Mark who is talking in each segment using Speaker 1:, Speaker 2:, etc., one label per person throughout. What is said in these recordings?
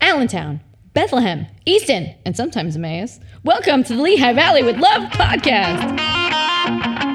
Speaker 1: Allentown, Bethlehem, Easton, and sometimes Emmaus. Welcome to the Lehigh Valley with Love podcast.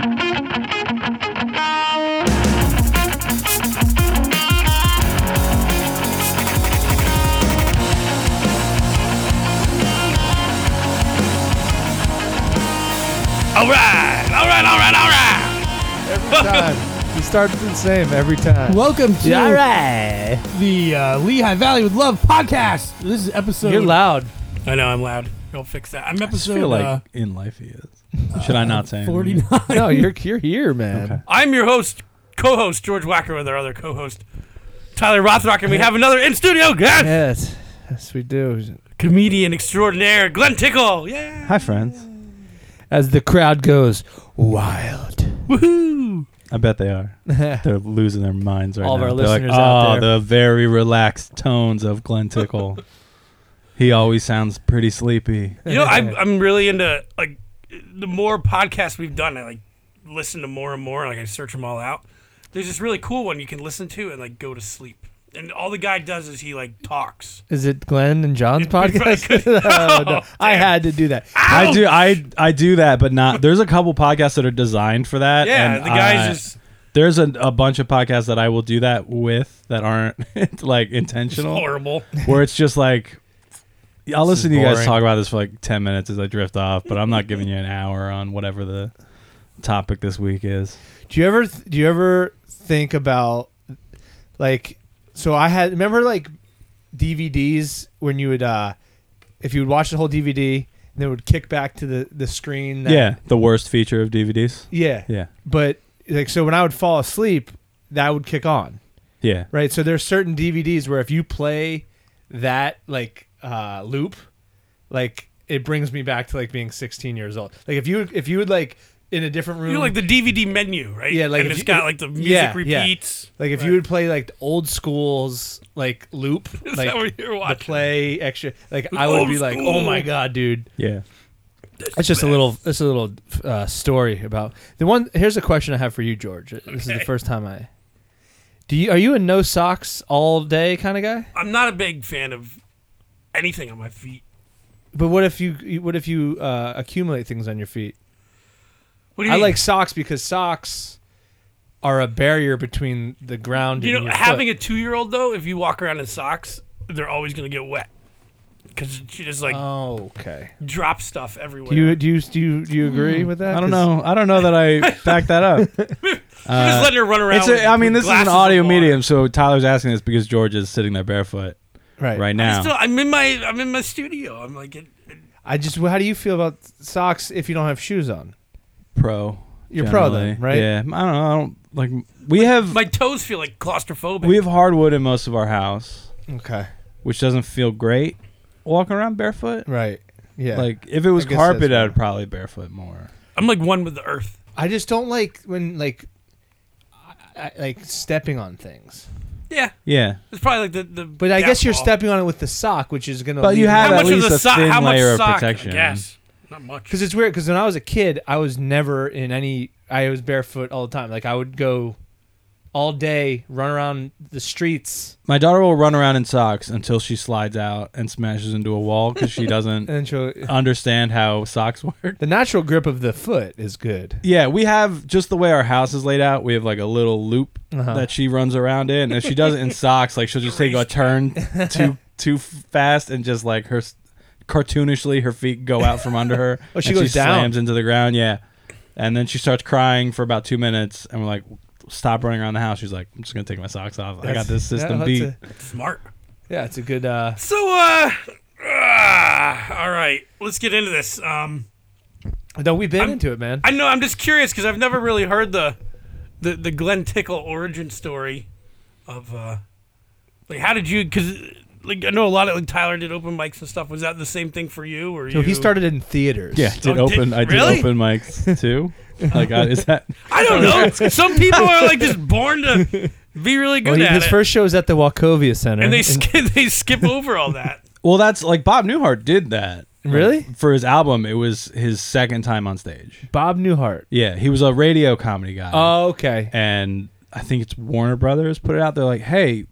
Speaker 2: All right, all right, all right, all right.
Speaker 3: time. He starts the same every time.
Speaker 4: Welcome to
Speaker 5: All right.
Speaker 4: the uh, Lehigh Valley with Love podcast. This is episode.
Speaker 5: You're loud.
Speaker 2: I know I'm loud. Don't fix that. I'm
Speaker 6: I
Speaker 2: episode.
Speaker 6: feel like
Speaker 2: uh,
Speaker 6: in life he is. Uh, Should I not say anything?
Speaker 4: 49.
Speaker 3: No, you're you're here, man.
Speaker 2: I'm your host, co-host George Wacker with our other co-host Tyler Rothrock, and we have another in studio guest,
Speaker 3: Yes, yes, we do.
Speaker 2: comedian extraordinaire Glenn Tickle. Yeah.
Speaker 6: Hi friends.
Speaker 3: As the crowd goes wild.
Speaker 2: Woohoo!
Speaker 6: I bet they are. They're losing their minds right
Speaker 5: All of
Speaker 6: now.
Speaker 5: our
Speaker 6: They're like,
Speaker 5: listeners out
Speaker 6: oh,
Speaker 5: there."
Speaker 6: the very relaxed tones of Glenn Tickle. he always sounds pretty sleepy.
Speaker 2: You know, I'm I'm really into like the more podcasts we've done. I like listen to more and more. Like I search them all out. There's this really cool one you can listen to and like go to sleep. And all the guy does is he like talks.
Speaker 3: Is it Glenn and John's podcast?
Speaker 2: Oh,
Speaker 3: no, no. I had to do that.
Speaker 6: I do I I do that, but not there's a couple podcasts that are designed for that.
Speaker 2: Yeah,
Speaker 6: and
Speaker 2: the guy's
Speaker 6: I-
Speaker 2: just
Speaker 6: there's a, a bunch of podcasts that I will do that with that aren't like intentional.
Speaker 2: horrible.
Speaker 6: where it's just like I'll
Speaker 3: This is
Speaker 6: listen to you guys
Speaker 3: boring.
Speaker 6: talk about this for like ten minutes as I drift off, but I'm not giving you an hour on whatever the topic this week is.
Speaker 3: Do you ever do you ever think about like so I had remember like DVDs when you would uh if you would watch the whole DVD and then it would kick back to the the screen that,
Speaker 6: Yeah, the worst feature of DVDs.
Speaker 3: yeah
Speaker 6: Yeah,
Speaker 3: but like so when I would fall asleep that would kick on
Speaker 6: yeah.
Speaker 3: right so there's certain dvds where if you play that like uh loop like it brings me back to like being 16 years old like if you if you would like in a different room
Speaker 2: You know, like the DVD menu, right?
Speaker 3: Yeah, like
Speaker 2: and
Speaker 3: if
Speaker 2: it's
Speaker 3: you-
Speaker 2: got like the music
Speaker 3: yeah, yeah.
Speaker 2: repeats.
Speaker 3: like if you would play like the old school's like loop
Speaker 2: Is
Speaker 3: like
Speaker 2: that what you're
Speaker 3: the
Speaker 2: watching?
Speaker 3: play extra like i would
Speaker 2: Old
Speaker 3: be like
Speaker 2: school.
Speaker 3: oh my god dude
Speaker 6: Yeah.
Speaker 3: that's just a little that's a little uh, story about the one here's a question i have for you george this is the
Speaker 2: Okay.
Speaker 3: first time i do you are you a no socks all day kind of guy
Speaker 2: I'm not a big fan of anything on my feet.
Speaker 3: But what if you what if you uh, accumulate things on your feet?
Speaker 2: What do you
Speaker 3: I
Speaker 2: mean?
Speaker 3: like socks because socks are a barrier between the ground
Speaker 2: you
Speaker 3: and
Speaker 2: know
Speaker 3: your
Speaker 2: having
Speaker 3: foot.
Speaker 2: a two year old though. If you walk around in socks, they're always gonna get wet because she just like
Speaker 3: Oh, okay.
Speaker 2: drops stuff everywhere.
Speaker 3: Do you do you do you, do you
Speaker 2: Mm.
Speaker 3: agree with that?
Speaker 6: I don't
Speaker 3: 'Cause
Speaker 6: know. I don't know that I back that up.
Speaker 2: You're just letting her run around.
Speaker 6: uh, It's a,
Speaker 2: with-
Speaker 6: I mean,
Speaker 2: with
Speaker 6: this is an
Speaker 2: glasses
Speaker 6: audio
Speaker 2: on.
Speaker 6: medium, so Tyler's asking this because George is sitting there barefoot
Speaker 3: Right.
Speaker 6: right
Speaker 2: I'm
Speaker 6: now.
Speaker 2: Still, I'm in my I'm in my studio. I'm like it, it-
Speaker 3: I just how do you feel about socks if you don't have shoes on?
Speaker 6: pro.
Speaker 3: You're pro then,
Speaker 6: generally.
Speaker 3: right?
Speaker 6: Yeah. I don't know. I don't like. We have
Speaker 2: my toes feel like claustrophobic.
Speaker 6: we have hardwood in most of our house,
Speaker 3: Okay.
Speaker 6: which doesn't feel great walking around barefoot.
Speaker 3: Right. Yeah.
Speaker 6: Like if it was
Speaker 3: I guess
Speaker 6: carpet,
Speaker 3: that's
Speaker 6: I'd
Speaker 3: fair.
Speaker 6: probably barefoot more.
Speaker 2: I'm like one with the earth.
Speaker 3: I just don't like when like I, I, like stepping on things.
Speaker 2: Yeah,
Speaker 6: Yeah,
Speaker 2: it's probably like the the.
Speaker 3: But I guess you're
Speaker 2: gap wall.
Speaker 3: stepping on it with the sock, which is gonna.
Speaker 6: But you
Speaker 3: leave
Speaker 6: have
Speaker 2: How
Speaker 6: at
Speaker 2: much of
Speaker 6: least
Speaker 2: the
Speaker 6: a
Speaker 2: sock?
Speaker 6: thin
Speaker 2: How much
Speaker 6: layer of
Speaker 2: sock?
Speaker 6: protection.
Speaker 2: I guess not much.
Speaker 3: Because it's weird. Because when I was a kid, I was never in any. I was barefoot all the time. Like I would go all day, run around the streets,
Speaker 6: my daughter will run around in socks until she slides out and smashes into a wall because she doesn't
Speaker 3: and she'll,
Speaker 6: understand how socks work.
Speaker 3: Uh, the natural grip of the foot is good.
Speaker 6: Yeah, we have just the way our house is laid out. We have like a little loop
Speaker 3: Uh-huh.
Speaker 6: that she runs around in. If she does it in socks, like she'll just take a turn too too fast and just like her s- cartoonishly her feet go out from under her.
Speaker 3: Oh, she
Speaker 6: and
Speaker 3: goes down.
Speaker 6: slams into the ground. Yeah, and then she starts crying for about two minutes, and we're like. Stop running around the house. She's like, I'm just gonna take my socks off. I got this system
Speaker 3: yeah, that's
Speaker 6: beat.
Speaker 3: a-
Speaker 2: smart.
Speaker 3: yeah, it's a good. Uh,
Speaker 2: So, uh, ah, all right, let's get into this. Um,
Speaker 3: no, we've been into it, man.
Speaker 2: I know I'm just curious because I've never really heard the, the the Glenn Tickle origin story, of uh, like how did you? Because like I know a lot of like Tyler did open mics and stuff. Was that the same thing for you? Or
Speaker 3: so
Speaker 2: you?
Speaker 3: he started in theaters.
Speaker 6: Yeah, did
Speaker 2: Oh, did-
Speaker 6: open. I did
Speaker 2: really?
Speaker 6: open mics too. Like, I, is that?
Speaker 2: I don't know. Some people are like just born to be really
Speaker 3: Well,
Speaker 2: good
Speaker 3: he-
Speaker 2: at
Speaker 3: his
Speaker 2: it.
Speaker 3: first show was at the Wachovia Center.
Speaker 2: and they skip they skip over all that.
Speaker 6: Well, that's like Bob Newhart did that.
Speaker 3: Really?
Speaker 6: For his album, it was his second time on stage.
Speaker 3: Bob Newhart.
Speaker 6: Yeah, he was a radio comedy guy,
Speaker 3: Oh, okay.
Speaker 6: and I think it's Warner Brothers put it out. They're like, "Hey,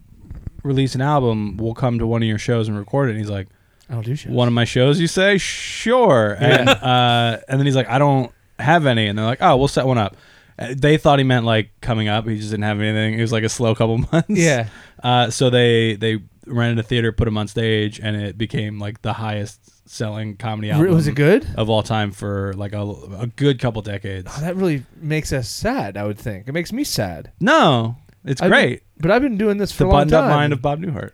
Speaker 6: release an album, we'll come to one of your shows and record it." And he's like,
Speaker 3: I don't do shit.
Speaker 6: "One of my shows, you say? Sure." And uh, and then he's like, "I don't have any." And they're like, "Oh, we'll set one up." Uh, They thought he meant like coming up. He just didn't have anything. It was like a slow couple months.
Speaker 3: Yeah.
Speaker 6: Uh, so they they rented a theater, put him on stage, and it became like the highest selling comedy
Speaker 3: Re-
Speaker 6: album.
Speaker 3: was it good?
Speaker 6: of all time for like a, a good couple decades?
Speaker 3: Oh, that really makes us sad. I would think it makes me sad.
Speaker 6: No, it's
Speaker 3: I've been-
Speaker 6: great.
Speaker 3: but I've been doing this for
Speaker 6: The
Speaker 3: a long
Speaker 6: buttoned
Speaker 3: time.
Speaker 6: up mind of Bob Newhart.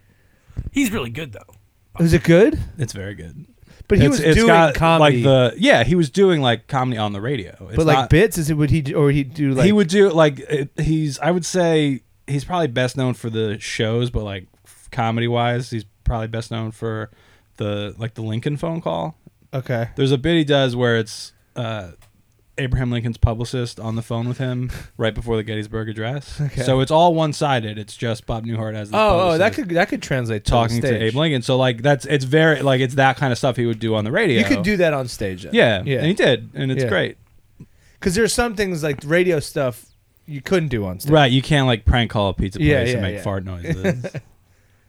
Speaker 2: He's really good though.
Speaker 3: was it good?
Speaker 6: It's very good.
Speaker 3: But he
Speaker 6: It's-
Speaker 3: was
Speaker 6: it's
Speaker 3: doing
Speaker 6: got,
Speaker 3: comedy.
Speaker 6: Like the yeah, he was doing like comedy on the radio. It's
Speaker 3: but like
Speaker 6: not-
Speaker 3: bits, is it would he do, or would he do like
Speaker 6: he would do like it, he's. I would say he's probably best known for the shows, but like comedy wise, he's probably best known for the like the Lincoln phone call.
Speaker 3: okay?
Speaker 6: There's a bit he does where it's uh, Abraham Lincoln's publicist on the phone with him right before the Gettysburg Address.
Speaker 3: Okay.
Speaker 6: So it's all one sided. It's just Bob Newhart as the
Speaker 3: Oh, oh, that
Speaker 6: publicist
Speaker 3: could that could translate to
Speaker 6: talking
Speaker 3: on
Speaker 6: to
Speaker 3: stage.
Speaker 6: Abe Lincoln. So like that's it's very like it's that kind of stuff he would do on the radio.
Speaker 3: You could do that on stage. Then.
Speaker 6: yeah,
Speaker 3: yeah.
Speaker 6: and he did, and it's
Speaker 3: Yeah.
Speaker 6: great.
Speaker 3: Because there's some things like radio stuff you couldn't do on stage.
Speaker 6: Right, you can't like prank call a pizza place
Speaker 3: Yeah, yeah,
Speaker 6: and make
Speaker 3: yeah.
Speaker 6: fart noises.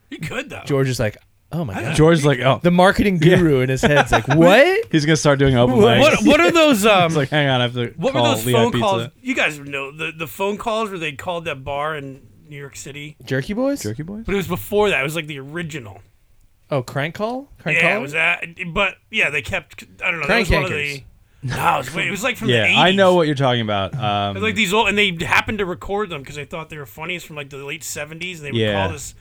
Speaker 2: He could though.
Speaker 3: George is like, oh my god,
Speaker 6: George's like, oh,
Speaker 3: the marketing guru in his head's like, what?
Speaker 6: he's gonna start doing open mics.
Speaker 2: What what are those um
Speaker 6: It's like, hang on, I have to
Speaker 2: what were
Speaker 6: call
Speaker 2: those
Speaker 6: Lehigh
Speaker 2: phone
Speaker 6: Pizza.
Speaker 2: calls? You guys know the the phone calls where they called that bar in New York City,
Speaker 3: Jerky boys?
Speaker 6: Jerky boys.
Speaker 2: but it was before that. It was like the original.
Speaker 3: Oh, crank call? Crank
Speaker 2: yeah,
Speaker 3: call?
Speaker 2: it was that. But yeah, they kept. I don't know. That was one of the.
Speaker 3: Crankhankers.
Speaker 2: No, it was, wait, it was like from
Speaker 6: Yeah,
Speaker 2: the 80s.
Speaker 6: I know what you're talking about. Um,
Speaker 2: It was like these old, and they happened to record them because they thought they were funny. It's from like the late seventies. They would
Speaker 6: Yeah.
Speaker 2: call this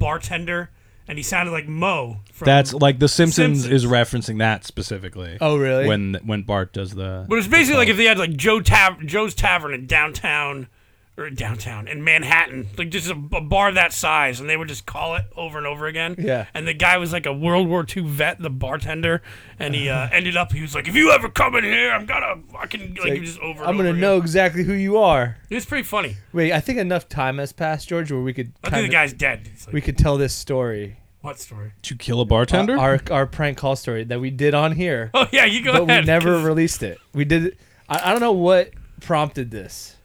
Speaker 2: bartender, and he sounded like Mo. From,
Speaker 6: That's like The Simpsons,
Speaker 2: Simpsons.
Speaker 6: is referencing that specifically.
Speaker 3: Oh, really?
Speaker 6: When when Bart does the.
Speaker 2: But it's basically like if they had like Joe Tav- Joe's Tavern in downtown or downtown in Manhattan, like just a, a bar that size, and they would just call it over and over again.
Speaker 3: Yeah.
Speaker 2: And the guy was like a World War II vet, the bartender, and he uh, ended up. He was like, "If you ever come in here, I'm gonna fucking like,
Speaker 3: Like,
Speaker 2: just over." and
Speaker 3: I'm gonna
Speaker 2: over
Speaker 3: know
Speaker 2: again.
Speaker 3: exactly who you are.
Speaker 2: It was pretty funny.
Speaker 3: Wait, I think enough time has passed, George, where we could
Speaker 2: I
Speaker 3: kinda-
Speaker 2: think the guy's dead. It's like,
Speaker 3: we could tell this story, uh,
Speaker 2: what story?
Speaker 6: Did you kill a bartender?
Speaker 3: our our prank call story that we did on here,
Speaker 2: Oh yeah, you go
Speaker 3: but we
Speaker 2: ahead. Oh,
Speaker 3: never
Speaker 2: 'cause-
Speaker 3: released it. We did. it- I, I don't know what prompted this.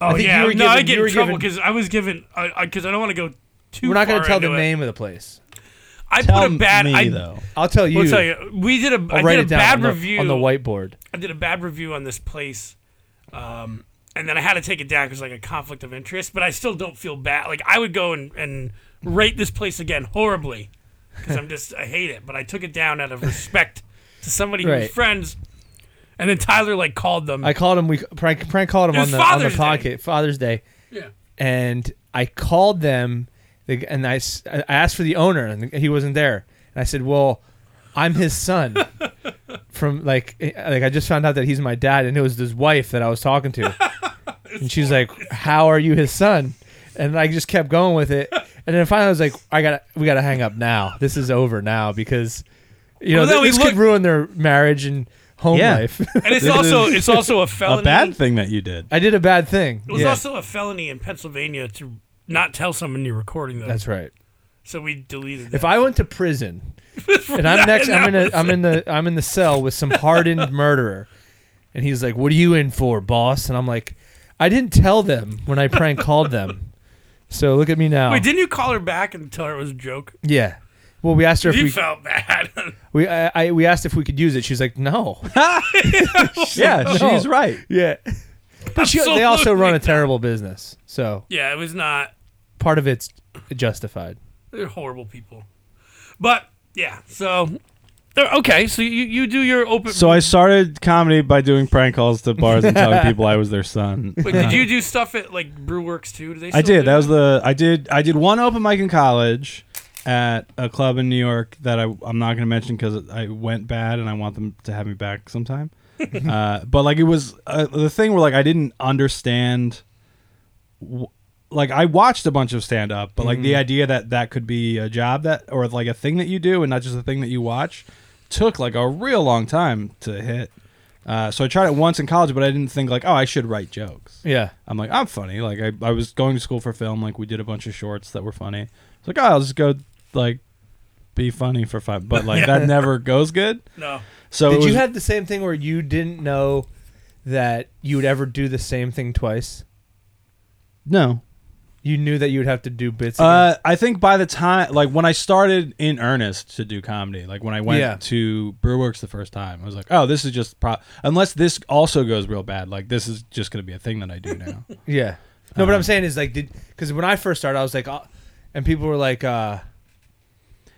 Speaker 2: Oh
Speaker 3: think
Speaker 2: yeah,
Speaker 3: you were
Speaker 2: no, I
Speaker 3: given-
Speaker 2: get
Speaker 3: you
Speaker 2: in
Speaker 3: were
Speaker 2: trouble
Speaker 3: given-
Speaker 2: because I was given because I, don't want to go too.
Speaker 3: We're not
Speaker 2: going to
Speaker 3: gonna tell the name of the place.
Speaker 2: I
Speaker 6: Tell
Speaker 2: put a bad.
Speaker 6: me
Speaker 2: I,
Speaker 6: though.
Speaker 3: I'll tell you.
Speaker 2: We'll tell you. We did a.
Speaker 3: I'll
Speaker 2: I
Speaker 3: write
Speaker 2: did a
Speaker 3: it down
Speaker 2: bad
Speaker 3: on the,
Speaker 2: review
Speaker 3: on the whiteboard.
Speaker 2: I did a bad review on this place, um, and then I had to take it down because like a conflict of interest. But I still don't feel bad. Like I would go and, and rate this place again horribly because I'm just I hate it. But I took it down out of respect to somebody who was
Speaker 3: Right.
Speaker 2: friends. And then Tyler like called them.
Speaker 3: I called him. We prank, prank called him
Speaker 2: It
Speaker 3: on
Speaker 2: was
Speaker 3: the on the
Speaker 2: Father's Day.
Speaker 3: pocket Father's Day,
Speaker 2: yeah.
Speaker 3: and I called them, the- and I, s- I asked for the owner, and he wasn't there. And I said, "Well, I'm his son." From like eh, like I just found out that he's my dad, and it was his wife that I was talking to, and she's like, "How are you his son?" And I just kept going with it, and then finally I was like, "I got to we got to hang up now. This is over now because you know
Speaker 2: Well, no,
Speaker 3: th-
Speaker 2: he
Speaker 3: this could
Speaker 2: looked-
Speaker 3: ruin their marriage and home
Speaker 6: Yeah.
Speaker 3: life."
Speaker 2: And it's
Speaker 6: This
Speaker 2: also
Speaker 6: is
Speaker 2: it's also a felony.
Speaker 6: A bad thing that you did.
Speaker 3: I did a bad thing.
Speaker 2: It was
Speaker 3: yeah.
Speaker 2: also a felony in Pennsylvania to not tell someone you're recording though.
Speaker 3: That's right.
Speaker 2: so we deleted that.
Speaker 3: If I went to prison and I'm next, I'm in a, I'm in the, I'm in the cell with some hardened murderer, and he's like, "What are you in for, boss?" And I'm like, "I didn't tell them when I prank called them." So look at me now.
Speaker 2: Wait, didn't you call her back and tell her it was a joke?
Speaker 3: yeah. Well, we asked her if
Speaker 2: You
Speaker 3: we
Speaker 2: felt bad.
Speaker 3: we I, I, we asked if we could use it. She's like, "No."
Speaker 6: yeah,
Speaker 2: Oh.
Speaker 3: No.
Speaker 6: she's right.
Speaker 3: yeah. But she, they also run a
Speaker 2: Absolutely.
Speaker 3: terrible business, so
Speaker 2: yeah, it was not.
Speaker 3: part of it's justified.
Speaker 2: They're horrible people. But yeah, so okay. So you you do your open.
Speaker 6: So I started comedy by doing prank calls to bars and telling people I was their son.
Speaker 2: Wait, did you do stuff at like Brewworks too? Do they?
Speaker 6: I
Speaker 2: still
Speaker 6: did.
Speaker 2: do
Speaker 6: That was the I did I did one open mic in college at a club in New York that I I'm not going to mention because I went bad and I want them to have me back sometime. uh, but like it was uh, the thing where like I didn't understand. W- like I watched a bunch of stand up, but like the
Speaker 2: Mm-hmm.
Speaker 6: idea that that could be a job that or like a thing that you do and not just a thing that you watch took like a real long time to hit. Uh, so I tried it once in college, but I didn't think like, oh, I should write jokes.
Speaker 3: Yeah.
Speaker 6: I'm like, I'm funny. Like, I, I was going to school for film. Like, we did a bunch of shorts that were funny. It's like, oh, I'll just go, like, be funny for fun. But, like, that never goes good.
Speaker 2: No.
Speaker 6: So,
Speaker 3: Did
Speaker 6: it was-
Speaker 3: you have the same thing where you didn't know that you would ever do the same thing twice?
Speaker 6: No.
Speaker 3: you knew that you would have to do bits. again?
Speaker 6: Uh, I think by the time, like when I started in earnest to do comedy, like when I went
Speaker 3: Yeah.
Speaker 6: to Brewworks the first time, I was like, oh, this is just pro. Unless this also goes real bad, like this is just going to be a thing that I do now.
Speaker 3: yeah. No, but I'm saying is like, did because when I first started, I was like, uh, and people were like, uh,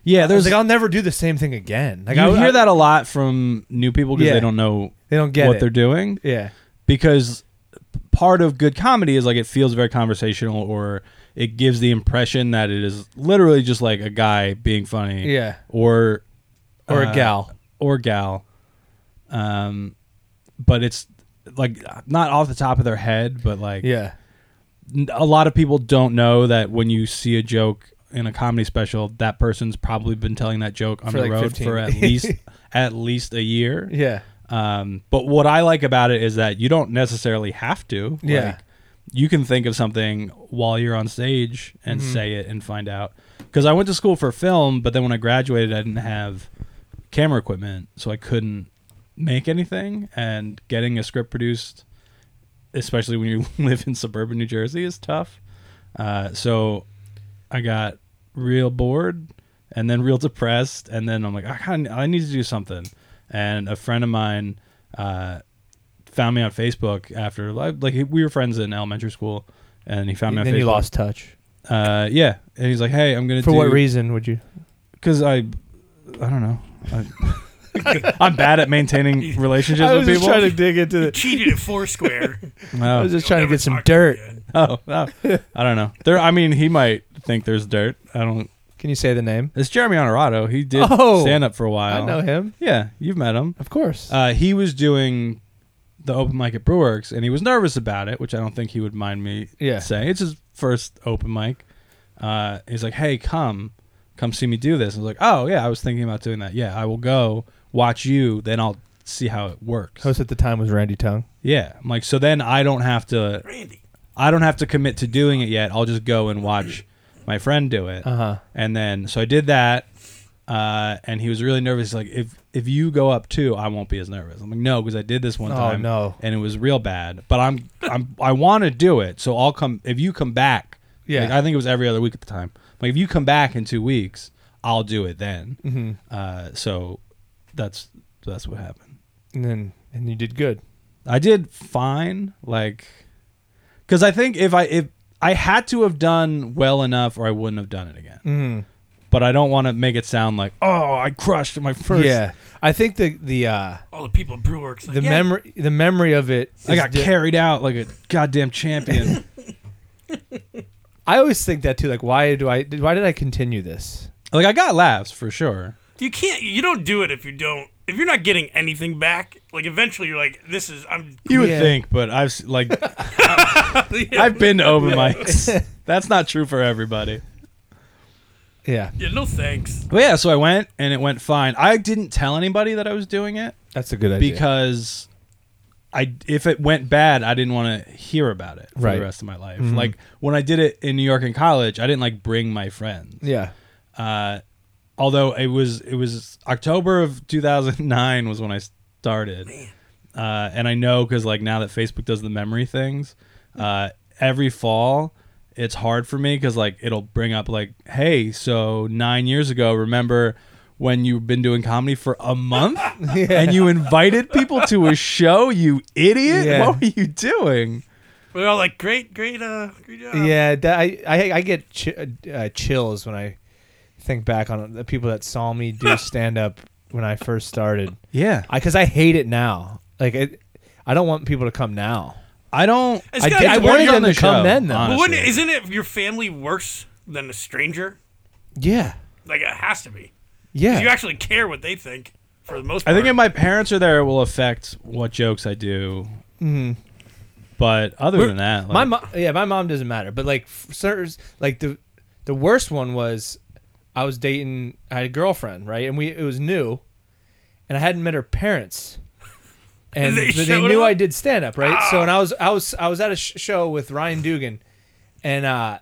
Speaker 6: yeah,
Speaker 3: I was
Speaker 6: there's.
Speaker 3: like, I'll never do the same thing again. Like
Speaker 6: you
Speaker 3: I would-
Speaker 6: hear
Speaker 3: I-
Speaker 6: that a lot from new people because
Speaker 3: Yeah.
Speaker 6: they don't know
Speaker 3: they don't get
Speaker 6: what
Speaker 3: it.
Speaker 6: they're doing.
Speaker 3: yeah.
Speaker 6: because part of good comedy is like it feels very conversational or it gives the impression that it is literally just like a guy being funny
Speaker 3: Yeah.
Speaker 6: or
Speaker 3: Or
Speaker 6: uh,
Speaker 3: a gal.
Speaker 6: or gal um but it's like not off the top of their head but like
Speaker 3: Yeah.
Speaker 6: n- a lot of people don't know that when you see a joke in a comedy special that person's probably been telling that joke on
Speaker 3: For
Speaker 6: the
Speaker 3: like
Speaker 6: road
Speaker 3: 15.
Speaker 6: for at least at least a year
Speaker 3: Yeah.
Speaker 6: um, but what I like about it is that you don't necessarily have to.
Speaker 3: Yeah.
Speaker 6: Like, you can think of something while you're on stage and say it and find out. Because I went to school for film, but then when I graduated, I didn't have camera equipment, so I couldn't make anything. And getting a script produced, especially when you live in suburban New Jersey, is tough. Uh, so I got real bored and then real depressed and then I'm like I kind I need to do something and a friend of mine uh, found me on Facebook after like like, we were friends in elementary school and he found me on
Speaker 3: then
Speaker 6: Facebook
Speaker 3: you lost touch.
Speaker 6: uh, yeah and he's like hey I'm gonna
Speaker 3: For
Speaker 6: do,
Speaker 3: what reason would you?
Speaker 6: because I I don't know I, I'm bad at maintaining relationships with people
Speaker 3: dig into it.
Speaker 2: Cheated at Foursquare.
Speaker 6: Oh.
Speaker 3: I was just trying to
Speaker 2: Never
Speaker 3: get some
Speaker 2: talked to
Speaker 3: dirt.
Speaker 2: you again.
Speaker 6: oh, oh, I don't know there I mean he might think there's dirt I don't
Speaker 3: Can you say the name?
Speaker 6: it's Jeremy Honorado he did
Speaker 3: Oh.
Speaker 6: stand up for a while
Speaker 3: I know him.
Speaker 6: yeah you've met him
Speaker 3: Of course.
Speaker 6: Uh, he was doing the open mic at Brewworks, and he was nervous about it, which I don't think he would mind me
Speaker 3: Yeah.
Speaker 6: saying. It's his first open mic. Uh, he's like, "Hey, come, come see me do this." I was like, "Oh yeah, I was thinking about doing that. Yeah, I will go watch you, then I'll see how it works."
Speaker 3: Host at the time was Randy Tung.
Speaker 6: Yeah, I'm like, so then I don't have to,
Speaker 2: Randy.
Speaker 6: I don't have to commit to doing it yet. I'll just go and watch my friend do it.
Speaker 3: Uh-huh.
Speaker 6: And then so I did that, uh, and he was really nervous. He's like, if if you go up too, I won't be as nervous. I'm like, no, because I did this one
Speaker 3: Oh,
Speaker 6: time,
Speaker 3: no.
Speaker 6: and it was real bad. But I'm I'm I want to do it, so I'll come if you come back.
Speaker 3: Yeah.
Speaker 6: like, I think it was every other week at the time. Like if you come back in two weeks, I'll do it then.
Speaker 3: Mm-hmm.
Speaker 6: Uh, so that's that's what happened.
Speaker 3: And then and you did good.
Speaker 6: I did fine, like, because I think if I if I had to have done well enough, or I wouldn't have done it again.
Speaker 3: Mm-hmm.
Speaker 6: But I don't want to make it sound like, oh, I crushed my first.
Speaker 3: Yeah. I think the the uh
Speaker 2: All the people at Brewworks. Like,
Speaker 3: the
Speaker 2: Oh, yeah,
Speaker 3: memory the memory of it
Speaker 6: I
Speaker 3: is
Speaker 6: got
Speaker 3: di-
Speaker 6: carried out like a goddamn champion.
Speaker 3: I always think that too like why do I why did I continue this?
Speaker 6: like I got laughs for sure.
Speaker 2: You can't. You don't do it if you don't. If you're not getting anything back, like eventually you're like, this is. I'm.
Speaker 6: You would
Speaker 3: Yeah.
Speaker 6: think, but I've s- like, I've been to open mics. That's not true for everybody.
Speaker 3: Yeah.
Speaker 2: Yeah, no thanks.
Speaker 6: But yeah, so I went and it went fine. I didn't tell anybody that I was doing it.
Speaker 3: That's a good idea.
Speaker 6: because I if it went bad, I didn't want to hear about it for
Speaker 3: Right. Mm-hmm.
Speaker 6: the rest of my life. Like when I did it in New York in college, I didn't like bring my friends.
Speaker 3: yeah.
Speaker 6: Uh, although it was it was October of 2009 was when I started, uh, and I know because like now that Facebook does the memory things, uh, every fall it's hard for me because like it'll bring up like, hey, so nine years ago, remember when you've been doing comedy for a month and you invited people to a show, you idiot!
Speaker 3: Yeah.
Speaker 6: What were you doing?
Speaker 2: We're all like, great, great, uh, great job.
Speaker 3: Yeah, that, I, I I get chi- uh, chills when I think back on the people that saw me do stand up when I first started.
Speaker 6: Yeah,
Speaker 3: I because I hate it now. Like it, I don't want people to come now.
Speaker 6: I don't.
Speaker 2: It's
Speaker 3: I
Speaker 2: gotta be
Speaker 3: did- I
Speaker 2: worth
Speaker 3: wanted
Speaker 2: it.
Speaker 6: you're
Speaker 3: them to come then, though.
Speaker 2: But wouldn't,
Speaker 6: honestly.
Speaker 2: isn't it your family worse than a stranger?
Speaker 3: Yeah,
Speaker 2: Like it has to be. 'Cause You
Speaker 3: yeah,
Speaker 2: actually care what they think for the most
Speaker 6: I
Speaker 2: part.
Speaker 6: think if my parents are there, it will affect what jokes I do. Mm-hmm. But other than that, like,
Speaker 3: my mom. Yeah, my mom doesn't matter. But like f- certain, like the the worst one was I was dating. I had a girlfriend, right, and we it was new, and I hadn't met her parents. And
Speaker 2: They
Speaker 3: they,
Speaker 2: showed
Speaker 3: knew
Speaker 2: up? Ah.
Speaker 3: I did stand up, right? So, and I was, I was, I was at a sh- show with Ryan Dugan, and uh,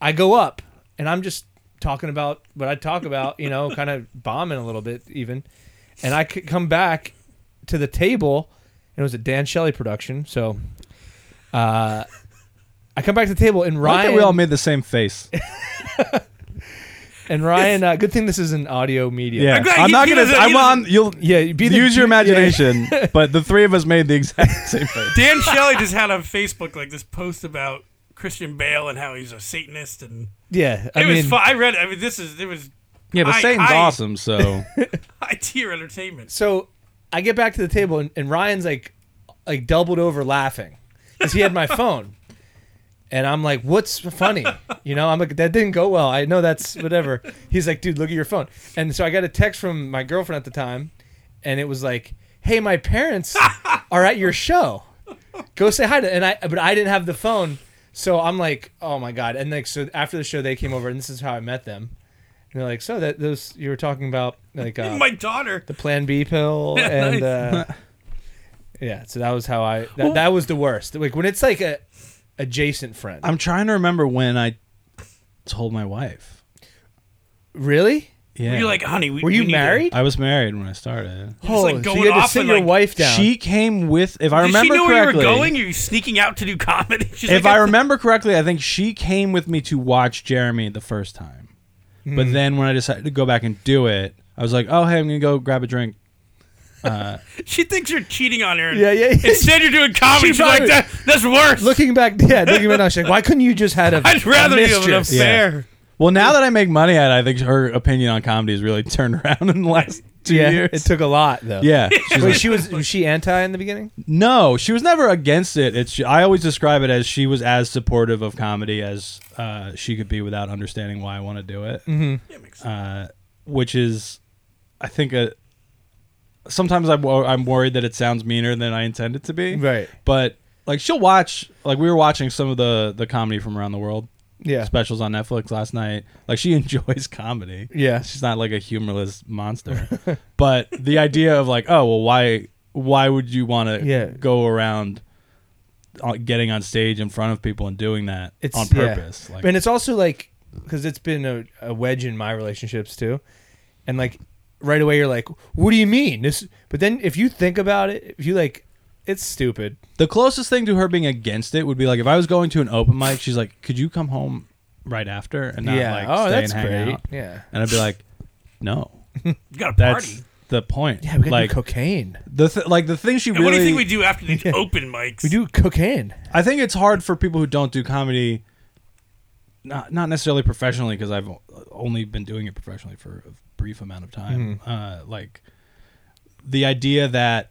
Speaker 3: I go up and I'm just talking about what I talk about, you know, kind of bombing a little bit even. And I could come back to the table, and it was a Dan Shelley production, so uh, I come back to the table and
Speaker 6: I like
Speaker 3: Ryan
Speaker 6: that we all made the same face.
Speaker 3: and Ryan. Uh, good thing this is an audio medium.
Speaker 6: Yeah,
Speaker 2: I'm glad
Speaker 6: I'm
Speaker 2: he-
Speaker 6: not
Speaker 2: he
Speaker 6: gonna.
Speaker 2: doesn't- he
Speaker 6: I'm on.
Speaker 2: doesn't-
Speaker 6: You'll
Speaker 3: yeah. Be the,
Speaker 6: use your
Speaker 3: yeah.
Speaker 6: imagination. but the three of us made the exact same face.
Speaker 2: Dan Shelley just had on Facebook like this post about Christian Bale and how he's a Satanist, and
Speaker 3: Yeah, I
Speaker 2: it
Speaker 3: mean,
Speaker 2: was fun. I read. I mean, this is it was
Speaker 6: Yeah, but
Speaker 2: I-
Speaker 6: Satan's
Speaker 2: I-
Speaker 6: awesome. So
Speaker 2: high tier entertainment.
Speaker 3: so I get back to the table and, and Ryan's like, like doubled over laughing because he had my phone, and I'm like, "What's funny?" You know, I'm like, "That didn't go well." I know that's whatever. He's like, "Dude, look at your phone." And so I got a text from my girlfriend at the time, and it was like, "Hey, my parents are at your show. Go say hi to." And I, but I didn't have the phone, so I'm like, "Oh my god!" And like, so after the show, they came over, and this is how I met them. And they're like, "So that those you were talking about like uh,
Speaker 2: My daughter.
Speaker 3: the Plan B pill and uh, yeah, so that was how I that, that was the worst. Like when it's like a adjacent friend.
Speaker 6: I'm trying to remember when I told my wife.
Speaker 3: really?
Speaker 6: Yeah,
Speaker 2: Were you like, honey? We,
Speaker 3: Were you
Speaker 2: we need to-"
Speaker 3: married?
Speaker 6: I was married when I started.
Speaker 2: was, like,
Speaker 3: Holy- Oh, so
Speaker 2: going
Speaker 3: you had to
Speaker 2: off
Speaker 3: sit
Speaker 2: and,
Speaker 3: your
Speaker 2: like,
Speaker 3: wife down.
Speaker 6: She came with, if I
Speaker 2: Did she
Speaker 6: remember
Speaker 2: know where you
Speaker 6: correctly,
Speaker 2: were going? Are you sneaking out to do comedy? She's
Speaker 6: if
Speaker 2: like,
Speaker 6: I remember correctly, I think she came with me to watch Jeremy the first time. But then when I decided to go back and do it, I was like, oh, hey, I'm going to go grab a drink.
Speaker 2: She thinks you're cheating on her.
Speaker 3: Yeah, yeah, yeah.
Speaker 2: Instead, you're doing comedy.
Speaker 3: She
Speaker 2: She's like,
Speaker 3: probably-
Speaker 2: that, that's worse.
Speaker 3: looking back, yeah, looking back now, she's like, why couldn't you just had a
Speaker 2: I'd rather
Speaker 3: a
Speaker 2: you have an
Speaker 3: mistress?
Speaker 6: Yeah.
Speaker 2: affair.
Speaker 6: Well, now that I make money at it, I think her opinion on comedy has really turned around in the last two
Speaker 3: Yeah,
Speaker 6: years.
Speaker 3: it took a lot though.
Speaker 6: yeah.
Speaker 3: Wait,
Speaker 6: She's like,
Speaker 3: she was was she anti in the beginning?
Speaker 6: no, she was never against it. It's I always describe it as she was as supportive of comedy as uh, she could be without understanding why I want to do it.
Speaker 2: Yeah, makes sense.
Speaker 6: uh, which is, I think, a, sometimes I'm, wo- I'm worried that it sounds meaner than I intend it to be.
Speaker 3: Right.
Speaker 6: But like she'll watch, like we were watching some of the the comedy from around the world
Speaker 3: Yeah.
Speaker 6: specials on Netflix last night. Like she enjoys comedy.
Speaker 3: Yeah.
Speaker 6: She's not like a humorless monster. but the idea of like, oh well, why why would you want to
Speaker 3: Yeah.
Speaker 6: go around? uh, Getting on stage in front of people and doing that
Speaker 3: It's
Speaker 6: on
Speaker 3: yeah.
Speaker 6: purpose, like
Speaker 3: and it's also like because it's been a, a wedge in my relationships too, and like right away you're like, what do you mean this? But then if you think about it, if you like, it's stupid.
Speaker 6: The closest thing to her being against it would be like if I was going to an open mic, she's like, "Could you come home right after and not like stay and hang out?"
Speaker 3: Oh, Yeah.
Speaker 6: And I'd be like, "No,
Speaker 2: You got a
Speaker 6: that's
Speaker 2: party.
Speaker 6: the point."
Speaker 3: Yeah, we gotta
Speaker 6: like
Speaker 3: do cocaine.
Speaker 6: the th- like the thing she
Speaker 2: And
Speaker 6: really.
Speaker 2: what do you think we do after these open mics?
Speaker 3: We do cocaine.
Speaker 6: I think it's hard for people who don't do comedy, not not necessarily professionally, because I've o- only been doing it professionally for a brief amount of time.
Speaker 3: Mm-hmm.
Speaker 6: Uh, like the idea that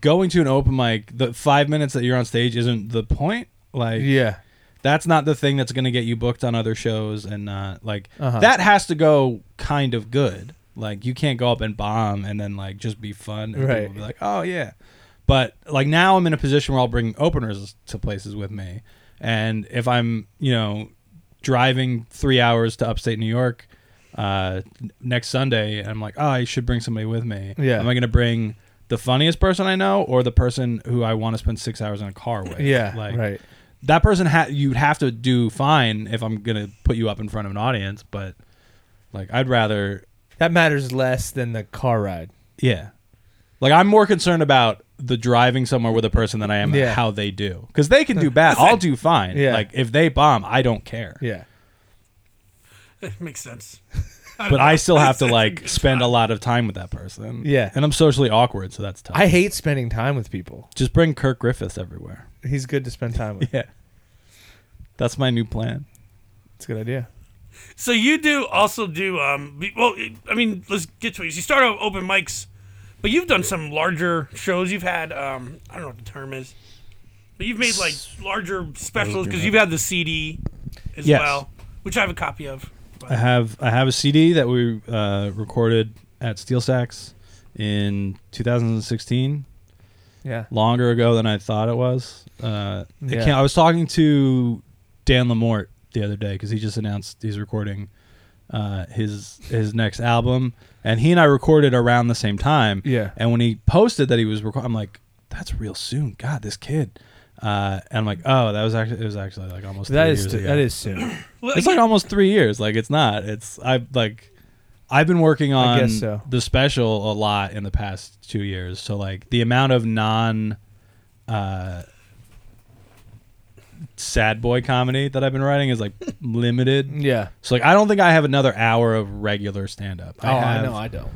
Speaker 6: going to an open mic, the five minutes that you're on stage isn't the point. Like
Speaker 3: Yeah.
Speaker 6: that's not the thing that's going to get you booked on other shows and not like
Speaker 3: Uh-huh.
Speaker 6: that has to go kind of good like you can't go up and bomb and then like just be fun and
Speaker 3: Right.
Speaker 6: people be like oh yeah but like now i'm in a position where i'll bring openers to places with me and if i'm you know driving three hours to upstate new york uh n- next sunday i'm like oh i should bring somebody with me
Speaker 3: Yeah.
Speaker 6: am i going to bring the funniest person i know or the person who i want to spend six hours in a car with
Speaker 3: Yeah.
Speaker 6: like
Speaker 3: right.
Speaker 6: that person ha- you'd have to do fine if I'm gonna put you up in front of an audience, but like I'd rather
Speaker 3: That matters less than the car ride.
Speaker 6: yeah. Like I'm more concerned about the driving somewhere with a person than I am
Speaker 3: Yeah.
Speaker 6: how they do because they can do bad. I'll do fine.
Speaker 3: Yeah.
Speaker 6: Like if they bomb, I don't care.
Speaker 3: Yeah.
Speaker 2: makes sense.
Speaker 6: But I still have to like spend a lot of time with that person.
Speaker 3: Yeah.
Speaker 6: And I'm socially awkward, so that's tough.
Speaker 3: I hate spending time with people.
Speaker 6: Just bring Kirk Griffiths everywhere.
Speaker 3: He's good to spend time with.
Speaker 6: Yeah. That's my new plan.
Speaker 3: It's a good idea.
Speaker 2: So you do also do um be- well I mean let's get to it. You start out open mics, but you've done some larger shows. You've had um I don't know what the term is, but you've made like larger specials because you've had the CD as
Speaker 6: Yes.
Speaker 2: well, which I have a copy of.
Speaker 6: I
Speaker 3: Uh,
Speaker 6: have I have a CD that we uh, recorded at Steel Sax in 2016,
Speaker 3: Yeah.
Speaker 6: longer ago than I thought it was. Uh, it
Speaker 3: Yeah.
Speaker 6: came- I was talking to Dan Lamort the other day because he just announced he's recording uh, his his next album, and he and I recorded around the same time.
Speaker 3: Yeah.
Speaker 6: And when he posted that he was recording, I'm like, that's real soon. God, this kid. Uh, and I'm like, oh, that was actually it was actually like almost
Speaker 3: That
Speaker 6: three
Speaker 3: is
Speaker 6: years ago
Speaker 3: that is soon.
Speaker 2: Well,
Speaker 6: it's like almost three years. Like it's not. It's I like I've been working
Speaker 3: I
Speaker 6: on
Speaker 3: guess so.
Speaker 6: the special a lot in the past two years. So like the amount of non uh sad boy comedy that I've been writing is like limited.
Speaker 3: Yeah.
Speaker 6: So like I don't think I have another hour of regular stand up.
Speaker 3: oh,
Speaker 6: have,
Speaker 3: I know. I don't.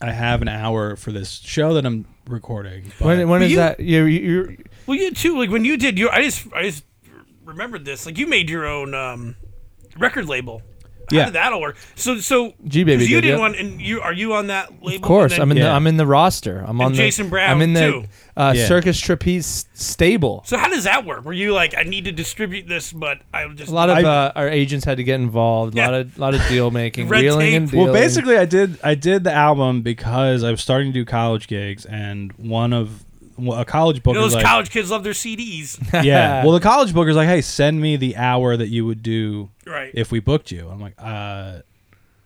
Speaker 6: I have an hour for this show that I'm recording. But
Speaker 3: When, when is
Speaker 2: you-
Speaker 3: that? You, you, you,
Speaker 2: Well, you too. Like when you did your, I just, I just remembered this. Like you made your own um, record label. How
Speaker 6: Yeah.
Speaker 2: did that all work? So, so
Speaker 3: G Baby
Speaker 2: 'cause You
Speaker 3: did,
Speaker 2: did
Speaker 3: yeah.
Speaker 2: one, and you are you on that label?
Speaker 3: of course, I'm in the
Speaker 6: Yeah.
Speaker 3: I'm in the roster. I'm on the,
Speaker 2: Jason Brown,
Speaker 3: I'm in the
Speaker 2: too.
Speaker 3: Uh,
Speaker 6: Yeah.
Speaker 3: circus trapeze stable.
Speaker 2: So how does that work? Were you like, I need to distribute this, but I just
Speaker 3: A lot of
Speaker 6: I-
Speaker 3: uh, our agents had to get involved. A lot
Speaker 2: Yeah.
Speaker 3: of lot of deal making,
Speaker 2: Red
Speaker 3: reeling
Speaker 2: tape.
Speaker 3: and dealing.
Speaker 6: well, basically, I did I did the album because I was starting to do college gigs, and one of a college
Speaker 2: You
Speaker 6: booker
Speaker 2: know, those
Speaker 6: like,
Speaker 2: college kids love their CDs,
Speaker 6: yeah. Well, the college booker's like, hey, send me the hour that you would do
Speaker 2: right?
Speaker 6: if we booked you. I'm like, uh,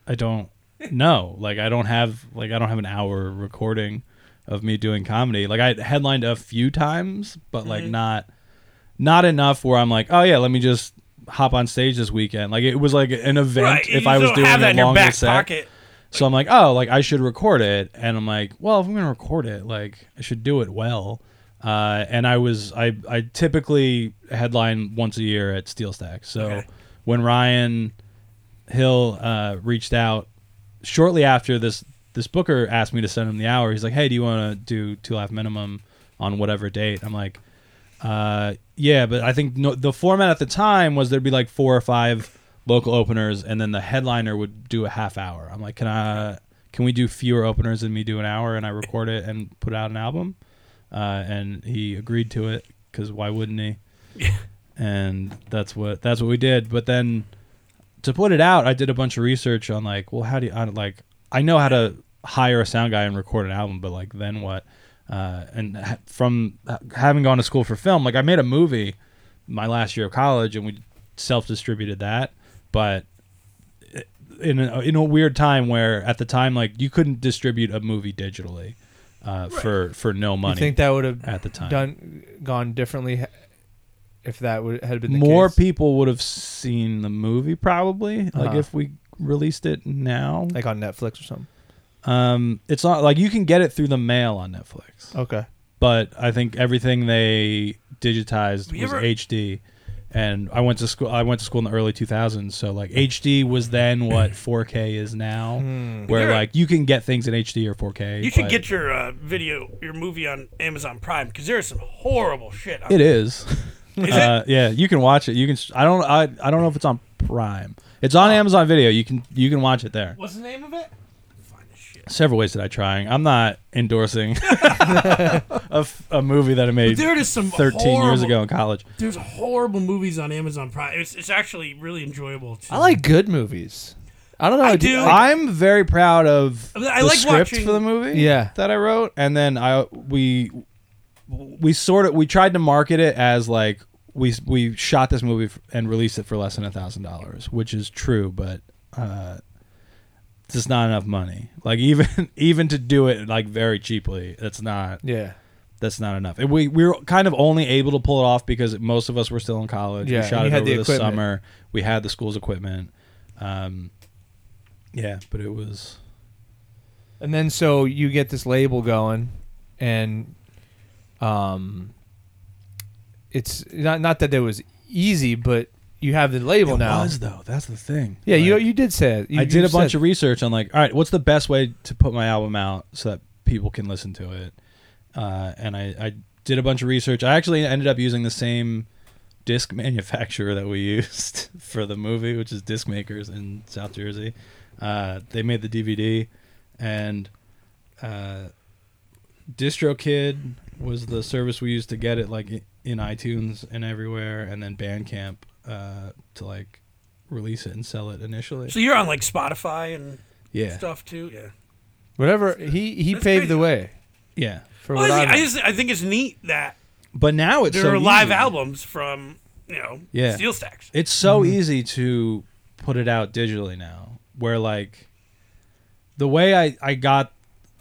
Speaker 6: I don't know. Like, I don't have like I don't have an hour recording of me doing comedy. Like, I headlined a few times, but like
Speaker 2: Mm-hmm.
Speaker 6: not not enough where I'm like, oh yeah, let me just hop on stage this weekend. Like, it was like an event
Speaker 2: right.
Speaker 6: if
Speaker 2: you
Speaker 6: I was
Speaker 2: don't
Speaker 6: doing
Speaker 2: have
Speaker 6: a
Speaker 2: that in your
Speaker 6: longer
Speaker 2: back
Speaker 6: set.
Speaker 2: pocket.
Speaker 6: So I'm like, oh, like I should record it, and I'm like, well, if I'm gonna record it, like I should do it well. Uh, and I was I I typically headline once a year at Steel Stack. So
Speaker 2: Okay.
Speaker 6: when Ryan Hill uh, reached out shortly after this this booker asked me to send him the hour, he's like, hey, do you want to do two laugh minimum on whatever date? I'm like, uh, yeah, but I think no, the format at the time was there'd be like four or five local openers, and then the headliner would do a half hour. I'm like, can I? Can we do fewer openers and me do an hour, and I record it and put out an album? Uh, and he agreed to it because why wouldn't he? and that's what that's what we did. But then to put it out, I did a bunch of research on like, well, how do you I, like? I know how to hire a sound guy and record an album, but like, then what? Uh, and ha- from ha- having gone to school for film, like I made a movie my last year of college, and we self-distributed that, but i- in a, in a weird time where at the time like you couldn't distribute a movie digitally uh, for for no
Speaker 3: you
Speaker 6: money
Speaker 3: think that would have
Speaker 6: at the time.
Speaker 3: done gone differently if that would had been the
Speaker 6: more
Speaker 3: case?
Speaker 6: people would have seen the movie probably like
Speaker 3: Uh-huh.
Speaker 6: if we released it now
Speaker 3: like on Netflix or something.
Speaker 6: um it's not like you can get it through the mail on netflix
Speaker 3: Okay.
Speaker 6: but i think everything they digitized
Speaker 2: Have you
Speaker 6: was
Speaker 2: ever-
Speaker 6: hd and i went to school i went to school in the early 2000s so like hd was then what 4k is now where
Speaker 2: Hmm. You're-
Speaker 6: like you can get things in hd or 4k
Speaker 2: You should
Speaker 6: but
Speaker 2: get your uh, video, your movie on Amazon Prime because there is some horrible shit. On
Speaker 6: it is
Speaker 2: Is it?
Speaker 6: uh, yeah you can watch it you can i don't I, I don't know if it's on prime it's
Speaker 2: Oh.
Speaker 6: on amazon video you can you can watch it there
Speaker 2: What's the name of it? Find this shit.
Speaker 6: several ways that I trying. I'm not endorsing a, f- a movie that I made
Speaker 2: There it is. Some
Speaker 6: 13 years
Speaker 2: horrible-
Speaker 6: ago in college.
Speaker 2: There's horrible movies on Amazon Prime. It's, it's actually really enjoyable. Too.
Speaker 3: I like good movies. I don't know.
Speaker 2: I
Speaker 3: d-
Speaker 2: do.
Speaker 6: I'm very proud of
Speaker 2: I mean, I
Speaker 6: the
Speaker 2: like
Speaker 6: script
Speaker 2: watching-
Speaker 6: for the movie
Speaker 3: Yeah.
Speaker 6: that I wrote, and then I we we sort of we tried to market it as like we we shot this movie f- and released it for less than a thousand dollars, which is true, but uh, it's just not enough money. Like even even to do it like very cheaply, it's not
Speaker 3: yeah.
Speaker 6: that's not enough. And we, we were kind of only able to pull it off because most of us were still in college.
Speaker 3: Yeah,
Speaker 6: we
Speaker 3: and
Speaker 6: shot
Speaker 3: you
Speaker 6: it
Speaker 3: had
Speaker 6: over
Speaker 3: the
Speaker 6: the,
Speaker 3: equipment.
Speaker 6: summer. We had the school's equipment. Um, yeah, but it was
Speaker 3: And then so you get this label going, and um, it's not not that it was easy, but you have the label
Speaker 6: it
Speaker 3: now.
Speaker 6: was though. That's the thing.
Speaker 3: yeah, you
Speaker 6: Like,
Speaker 3: you did say it. You,
Speaker 6: I did
Speaker 3: you
Speaker 6: a bunch
Speaker 3: said-
Speaker 6: of research on like, all right, what's the best way to put my album out so that people can listen to it? Uh, and I, I did a bunch of research. I actually ended up using the same disc manufacturer that we used for the movie, which is Disc Makers in South Jersey. Uh, they made the DVD, and uh, DistroKid was the service we used to get it like i- in iTunes and everywhere, and then Bandcamp uh, to like release it and sell it initially.
Speaker 2: So you're on like Spotify and
Speaker 6: Yeah,
Speaker 2: stuff too. Yeah.
Speaker 3: whatever. He he
Speaker 2: That's
Speaker 3: paved
Speaker 2: crazy.
Speaker 3: the way
Speaker 6: yeah.
Speaker 3: for
Speaker 2: Well,
Speaker 3: what
Speaker 2: I,
Speaker 3: I,
Speaker 2: think, I
Speaker 3: know.
Speaker 2: just I think it's neat that
Speaker 6: But now it's
Speaker 2: there
Speaker 6: so
Speaker 2: are live
Speaker 6: easy.
Speaker 2: albums from you know
Speaker 6: Yeah.
Speaker 2: Steel Stacks.
Speaker 6: It's so easy to put it out digitally now. Where like the way I I got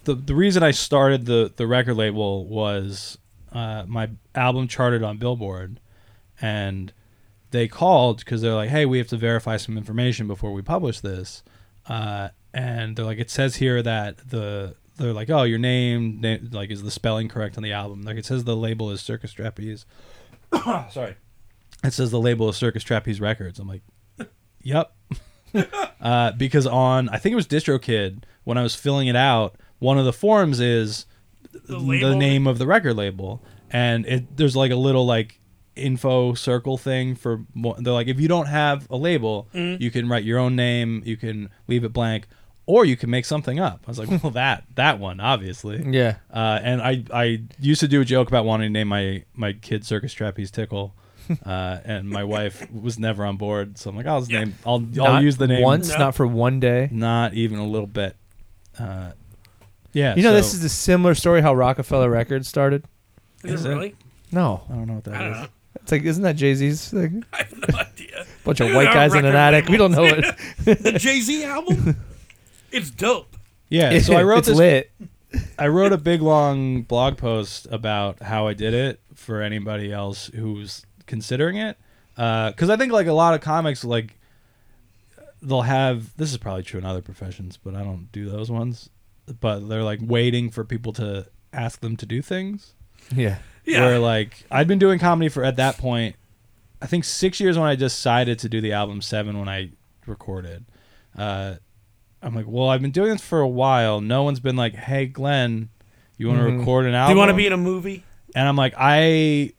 Speaker 6: the the reason I started the the record label was uh, my album charted on Billboard, and they called because they're like, hey, we have to verify some information before we publish this, uh, and they're like, it says here that the they're like, oh, your name, na- like, is the spelling correct on the album? Like, it says the label is Circus Trapeze. Sorry it says the label is Circus Trapeze Records. I'm like, yep. uh, because on, I think it was DistroKid, when I was filling it out, one of the forms is the,
Speaker 2: label?
Speaker 6: name of the record label. And it there's like a little like info circle thing for more. They're like, if you don't have a label, you can write your own name, you can leave it blank, or you can make something up. I was like, well, that, that one, obviously.
Speaker 3: Yeah.
Speaker 6: Uh, and I, I used to do a joke about wanting to name my, my kid Circus Trapeze Tickle. Uh, and my wife was never on board, so I'm like, I'll just name, I'll, I'll
Speaker 3: Not
Speaker 6: use the name
Speaker 3: once,
Speaker 2: No.
Speaker 3: not for one day.
Speaker 6: not even a little bit. Uh, yeah,
Speaker 3: You know,
Speaker 6: so-
Speaker 3: this is a similar story how Rockefeller Records started.
Speaker 2: Is,
Speaker 6: Is uh,
Speaker 2: it
Speaker 6: it?
Speaker 2: really?
Speaker 3: No,
Speaker 6: I don't know what
Speaker 2: I
Speaker 6: that
Speaker 2: don't
Speaker 6: is.
Speaker 2: know.
Speaker 3: it's like isn't that Jay Z's thing?
Speaker 2: I have no idea.
Speaker 3: Bunch of
Speaker 2: Dude,
Speaker 3: white
Speaker 2: our
Speaker 3: guys in an
Speaker 2: record
Speaker 3: attic. We don't know it.
Speaker 2: The Jay Z album? it's dope.
Speaker 6: Yeah, so I wrote
Speaker 3: it's
Speaker 6: this.
Speaker 3: lit.
Speaker 6: I wrote a big long blog post about how I did it for anybody else who's considering it, because I think like a lot of comics like they'll have this is probably true in other professions, but I don't do those ones. But they're like waiting for people to ask them to do things.
Speaker 3: Yeah.
Speaker 2: Yeah.
Speaker 6: where like I'd been doing comedy for at that point, I think six years when I decided to do the album, seven when I recorded. Uh, I'm like, well, I've been doing this for a while. No one's been like, hey, Glenn, you want to record an
Speaker 2: Do
Speaker 6: album?
Speaker 2: you want to Mm-hmm. be in a movie?
Speaker 6: and I'm like, I,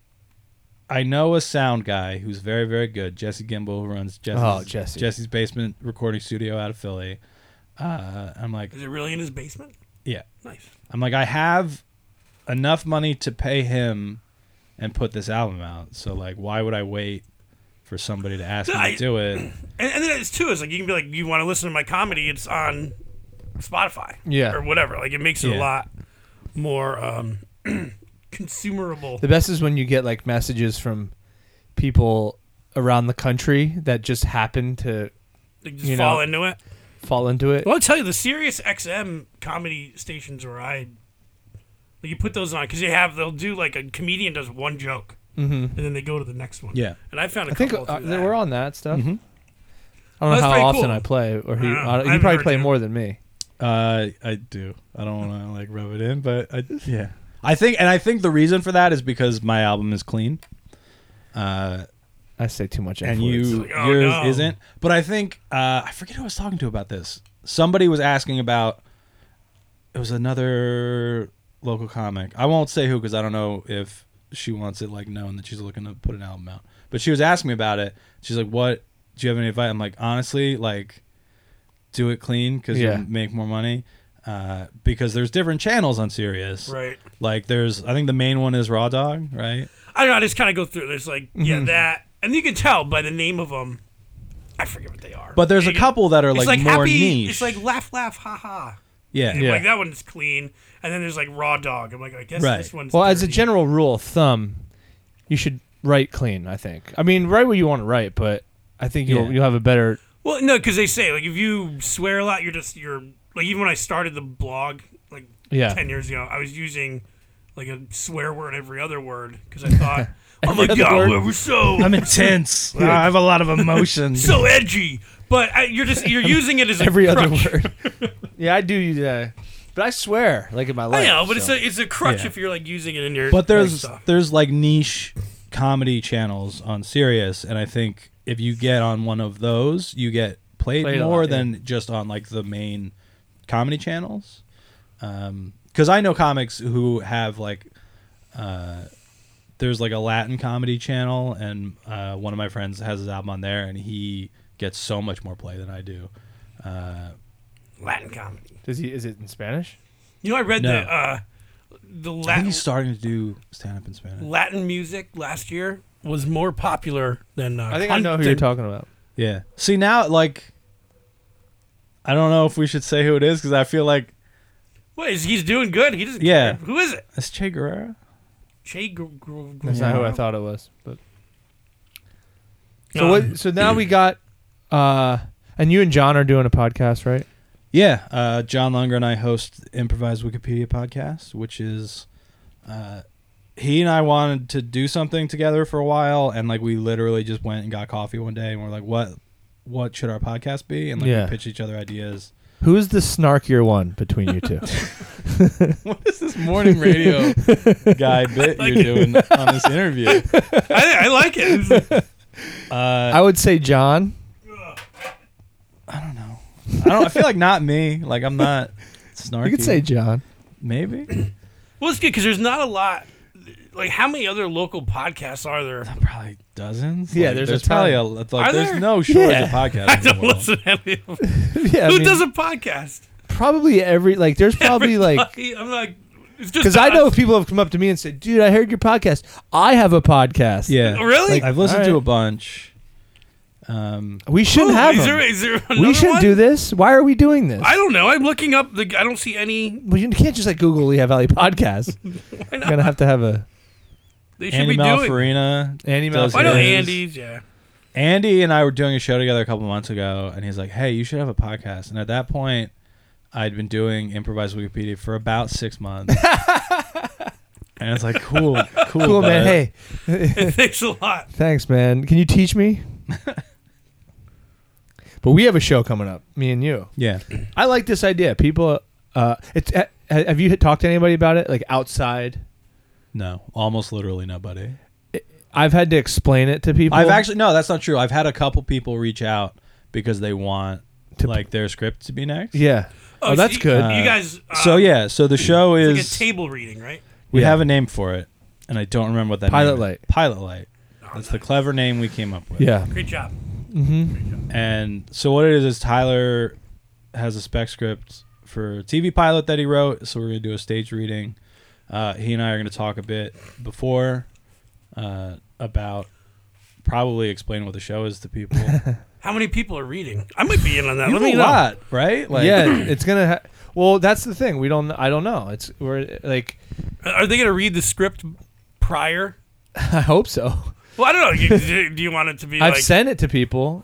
Speaker 6: I know a sound guy who's very, very good, Jesse Gimbel, who runs Jesse's,
Speaker 3: Oh, Jesse.
Speaker 6: Jesse's basement recording studio out of Philly. Uh, I'm like,
Speaker 2: Is it really in his basement?
Speaker 6: yeah.
Speaker 2: Nice.
Speaker 6: I'm like, I have enough money to pay him and put this album out. So like, why would I wait for somebody to ask me
Speaker 2: I-
Speaker 6: to do it?
Speaker 2: And, and then it's too. It's like you can be like, you want to listen to my comedy? It's on Spotify,
Speaker 3: Yeah.
Speaker 2: or whatever. Like it makes it
Speaker 6: Yeah.
Speaker 2: a lot more um, consumerable.
Speaker 3: The best is when you get like messages from people around the country that just happen to
Speaker 2: Like, just
Speaker 3: you
Speaker 2: fall
Speaker 3: know.
Speaker 2: into it.
Speaker 3: fall into it.
Speaker 2: Well, I'll tell you, the Sirius XM comedy stations where I, like, you put those on because they have they'll do like a comedian does one joke, and then they go to the next one.
Speaker 6: Mm-hmm. Yeah.
Speaker 2: and I found a
Speaker 3: I think
Speaker 2: couple
Speaker 3: uh,
Speaker 2: through
Speaker 3: they
Speaker 2: that. Oh,
Speaker 3: were on that stuff. Mm-hmm. I don't
Speaker 2: That's
Speaker 3: know how
Speaker 2: pretty
Speaker 3: often
Speaker 2: cool.
Speaker 3: I play, or he,
Speaker 2: I don't know. I
Speaker 3: I don't- you
Speaker 2: haven't
Speaker 3: probably
Speaker 2: heard
Speaker 3: play
Speaker 2: you.
Speaker 3: more than me.
Speaker 6: Uh, I do. I don't want to like rub it in, but I, yeah, I think, and I think the reason for that is because my album is clean. Uh,
Speaker 3: I say too much.
Speaker 6: and
Speaker 3: influence.
Speaker 6: you
Speaker 2: like, oh,
Speaker 6: yours
Speaker 2: no.
Speaker 6: isn't. But I think uh, I forget who I was talking to about this. Somebody was asking about it was another local comic. I won't say who because I don't know if she wants it like known that she's looking to put an album out. But she was asking me about it. She's like, "What do you have any advice?" I'm like, honestly, like do it clean because
Speaker 3: Yeah.
Speaker 6: you'll make more money. Uh, because there's different channels on Sirius.
Speaker 2: Right.
Speaker 6: Like there's, I think the main one is Raw Dog, right?
Speaker 2: I don't know. I just kind of go through. There's like yeah
Speaker 6: Mm-hmm.
Speaker 2: that, and you can tell by the name of them. I forget what they are.
Speaker 6: But there's a
Speaker 2: It-
Speaker 6: couple that are
Speaker 2: It's
Speaker 6: like,
Speaker 2: like,
Speaker 6: more
Speaker 2: happy.
Speaker 6: niche.
Speaker 2: It's like laugh, laugh, ha ha.
Speaker 6: yeah,
Speaker 2: Like that one's clean, and then there's like raw dog. I'm like, I guess
Speaker 6: Right.
Speaker 2: this one's.
Speaker 3: well, as a
Speaker 2: dirty.
Speaker 3: general rule of thumb, you should write clean. I think. I mean, write what you want to write, but I think you'll
Speaker 6: Yeah.
Speaker 3: you'll have a better.
Speaker 2: Well, no, because they say like if you swear a lot, you're just you're like even when I started the blog like
Speaker 3: Yeah.
Speaker 2: ten years ago, I was using like a swear word every other word because I thought oh my
Speaker 3: other
Speaker 2: god
Speaker 3: word?
Speaker 2: we're so
Speaker 6: I'm intense. I have a lot of emotions.
Speaker 2: so edgy, but I, you're just you're using it as a
Speaker 3: Every other
Speaker 2: crutch.
Speaker 3: word. yeah, I do use that, but I swear, like in my life.
Speaker 2: I know, but
Speaker 3: so.
Speaker 2: it's a it's a crutch
Speaker 6: Yeah.
Speaker 2: if you're like using it in your
Speaker 6: but
Speaker 2: like,
Speaker 6: there's
Speaker 2: stuff.
Speaker 6: there's like niche comedy channels on Sirius, and I think if you get on one of those, you get played,
Speaker 3: Played a
Speaker 6: more
Speaker 3: lot, yeah.
Speaker 6: than just on like the main comedy channels. Because I know comics who have like. Uh, there's like a Latin comedy channel, and uh, one of my friends has his album on there, and he gets so much more play than I do. Uh,
Speaker 2: Latin comedy.
Speaker 3: Does he? Is it in Spanish?
Speaker 2: You know, I read
Speaker 6: No.
Speaker 2: the uh, the
Speaker 6: I think
Speaker 2: Latin
Speaker 6: he's starting to do stand up in Spanish.
Speaker 2: Latin music last year was more popular than uh,
Speaker 3: I think I know who you're
Speaker 2: than-
Speaker 3: talking about.
Speaker 6: Yeah. See now, like, I don't know if we should say who it is because I feel like
Speaker 2: What is he's doing good? He doesn't.
Speaker 6: Yeah.
Speaker 2: Who is it?
Speaker 6: it's Che Guerrero.
Speaker 2: Che Gr- Gr- Gr-
Speaker 3: That's not who I thought it was. But so
Speaker 2: Um,
Speaker 3: what? So now we got. uh And you and John are doing a podcast, right?
Speaker 6: Yeah. Uh, John Lunger and I host Improvised Wikipedia podcast, which is uh, he and I wanted to do something together for a while, and like we literally just went and got coffee one day, and we're like, what, what should our podcast be? And like
Speaker 3: Yeah.
Speaker 6: we pitch each other ideas.
Speaker 3: Who's the snarkier one between you two?
Speaker 6: what is this morning radio guy bit you're doing on this interview?
Speaker 2: I, I like it. It's-
Speaker 3: I would say John.
Speaker 6: I don't. I feel like not me. Like I'm not
Speaker 3: You
Speaker 6: snarky.
Speaker 3: could say John.
Speaker 6: maybe.
Speaker 2: Well, it's good because there's not a lot. Like, how many other local podcasts are there?
Speaker 6: Probably dozens.
Speaker 3: Yeah,
Speaker 6: Like,
Speaker 3: there's a
Speaker 6: probably
Speaker 3: ton.
Speaker 6: a like.
Speaker 2: Are
Speaker 6: There's
Speaker 2: there?
Speaker 6: no shortage
Speaker 3: Yeah.
Speaker 6: of podcasts.
Speaker 2: I
Speaker 6: in the
Speaker 2: don't
Speaker 6: world.
Speaker 2: listen to any of them.
Speaker 3: Yeah, I
Speaker 2: Who
Speaker 3: mean,
Speaker 2: does a podcast?
Speaker 3: probably every like. There's probably like
Speaker 2: I'm like, it's just
Speaker 3: because I
Speaker 2: us.
Speaker 3: know people have come up to me and said, "Dude, I heard your podcast. I have a podcast."
Speaker 6: Yeah.
Speaker 2: Really?
Speaker 6: I've listened to
Speaker 3: Alright.
Speaker 6: a bunch. Um.
Speaker 3: we
Speaker 2: Oh,
Speaker 3: shouldn't have
Speaker 2: is
Speaker 3: them.
Speaker 2: there, is there another
Speaker 3: we shouldn't
Speaker 2: one?
Speaker 3: do this. Why are we doing this?
Speaker 2: I don't know. I'm looking up the. I don't see any.
Speaker 3: Well, you can't just like Google Lehigh Valley podcast.
Speaker 2: Why
Speaker 3: You're gonna
Speaker 2: not?
Speaker 3: have to have a
Speaker 2: They should
Speaker 6: Andy
Speaker 2: be doing.
Speaker 6: Malfarina.
Speaker 3: Andy
Speaker 6: Does
Speaker 2: I know
Speaker 6: it.
Speaker 3: Malfarina.
Speaker 2: Andy's. Yeah.
Speaker 6: Andy and I were doing a show together a couple months ago, and he's like, "Hey, you should have a podcast." And at that point, I'd been doing improvised Wikipedia for about six months. and it's like, cool, cool,
Speaker 3: Cool man.
Speaker 6: bud.
Speaker 3: Hey,
Speaker 2: Thanks a lot.
Speaker 3: thanks man. Can you teach me? but we have a show coming up, me and you.
Speaker 6: yeah,
Speaker 3: I like this idea. People, uh, it's ha- have you talked to anybody about it? Like outside,
Speaker 6: no, almost literally nobody.
Speaker 3: I've had to explain it to people.
Speaker 6: I've actually no, that's not true. I've had a couple people reach out because they want
Speaker 3: To-
Speaker 6: like their script to be next.
Speaker 3: yeah. Oh,
Speaker 2: so
Speaker 3: that's
Speaker 2: you-
Speaker 3: good.
Speaker 2: you guys. Uh,
Speaker 6: So yeah, so the show
Speaker 2: it's like
Speaker 6: is
Speaker 2: a table reading, right?
Speaker 6: we
Speaker 3: Yeah.
Speaker 6: have a name for it, and I don't remember what that
Speaker 3: Pilot
Speaker 6: name is.
Speaker 3: Light.
Speaker 6: Pilot light.
Speaker 2: Oh,
Speaker 6: That's the clever name we came up with.
Speaker 3: yeah.
Speaker 2: Great job.
Speaker 6: And so what it is is Tyler has a spec script for a TV pilot that he wrote. So we're gonna do a stage reading. Uh, he and I are gonna talk a bit before uh, about probably explain what the show is to people.
Speaker 2: How many people are reading? I might be in on that.
Speaker 6: You
Speaker 2: Let
Speaker 6: have
Speaker 2: me
Speaker 6: a
Speaker 2: know.
Speaker 6: lot, right? Like,
Speaker 3: Oh, yeah, it's gonna. Ha- well, that's the thing. We don't. I don't know. It's we're like.
Speaker 2: Are they going to read the script prior?
Speaker 3: I hope so.
Speaker 2: Well, I don't know. You- do, do you want it to be
Speaker 3: I've
Speaker 2: like?
Speaker 3: sent it to people.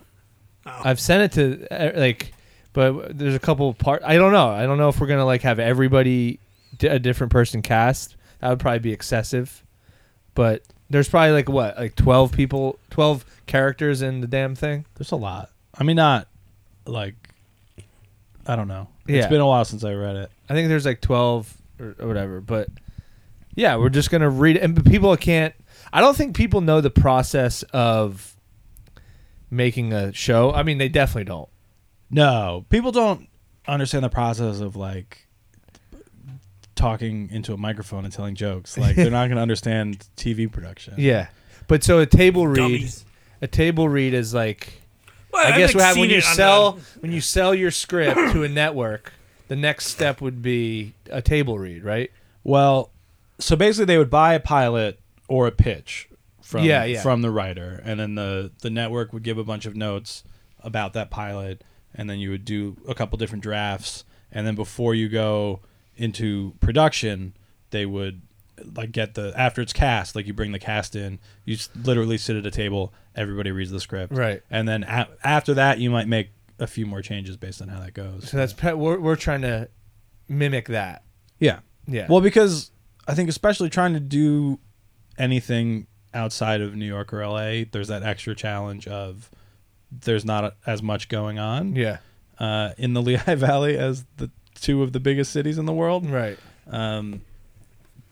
Speaker 2: Oh.
Speaker 3: I've sent it to uh, like, but there's a couple part. I don't know. I don't know if we're gonna like have everybody d- a different person cast. That would probably be excessive. But there's probably like what like twelve people, twelve characters in the damn thing.
Speaker 6: There's a lot. I mean, not like I don't know. It's
Speaker 3: Yeah.
Speaker 6: been a while since I read it.
Speaker 3: I think there's like twelve or, or whatever. But yeah, we're just gonna read it. And people can't. I don't think people know the process of making a show. I mean, they definitely don't.
Speaker 6: No, people don't understand the process of like talking into a microphone and telling jokes. Like they're not going to understand TV production.
Speaker 3: Yeah. But so a table read,
Speaker 2: Dummies.
Speaker 3: a table read is like
Speaker 2: Well,
Speaker 3: I
Speaker 2: I've,
Speaker 3: guess
Speaker 2: like,
Speaker 3: what happened when
Speaker 2: seen
Speaker 3: you
Speaker 2: it on
Speaker 3: sell
Speaker 2: the-
Speaker 3: when you sell your script to a network, the next step would be a table read, right?
Speaker 6: Well, so basically they would buy a pilot or a pitch from
Speaker 3: Yeah, yeah.
Speaker 6: from the writer and then the the network would give a bunch of notes about that pilot and then you would do a couple different drafts and then before you go into production they would like get the after it's cast like you bring the cast in you s- literally sit at a table everybody reads the script
Speaker 3: Right.
Speaker 6: and then a- after that you might make a few more changes based on how that goes
Speaker 3: So that's pe- we're we're trying to mimic that.
Speaker 6: yeah.
Speaker 3: Yeah.
Speaker 6: Well, because I think especially trying to do anything outside of New York or LA, there's that extra challenge of there's not a- as much going on
Speaker 3: Yeah.
Speaker 6: uh, in the Lehigh Valley as the two of the biggest cities in the world.
Speaker 3: Right.
Speaker 6: Um,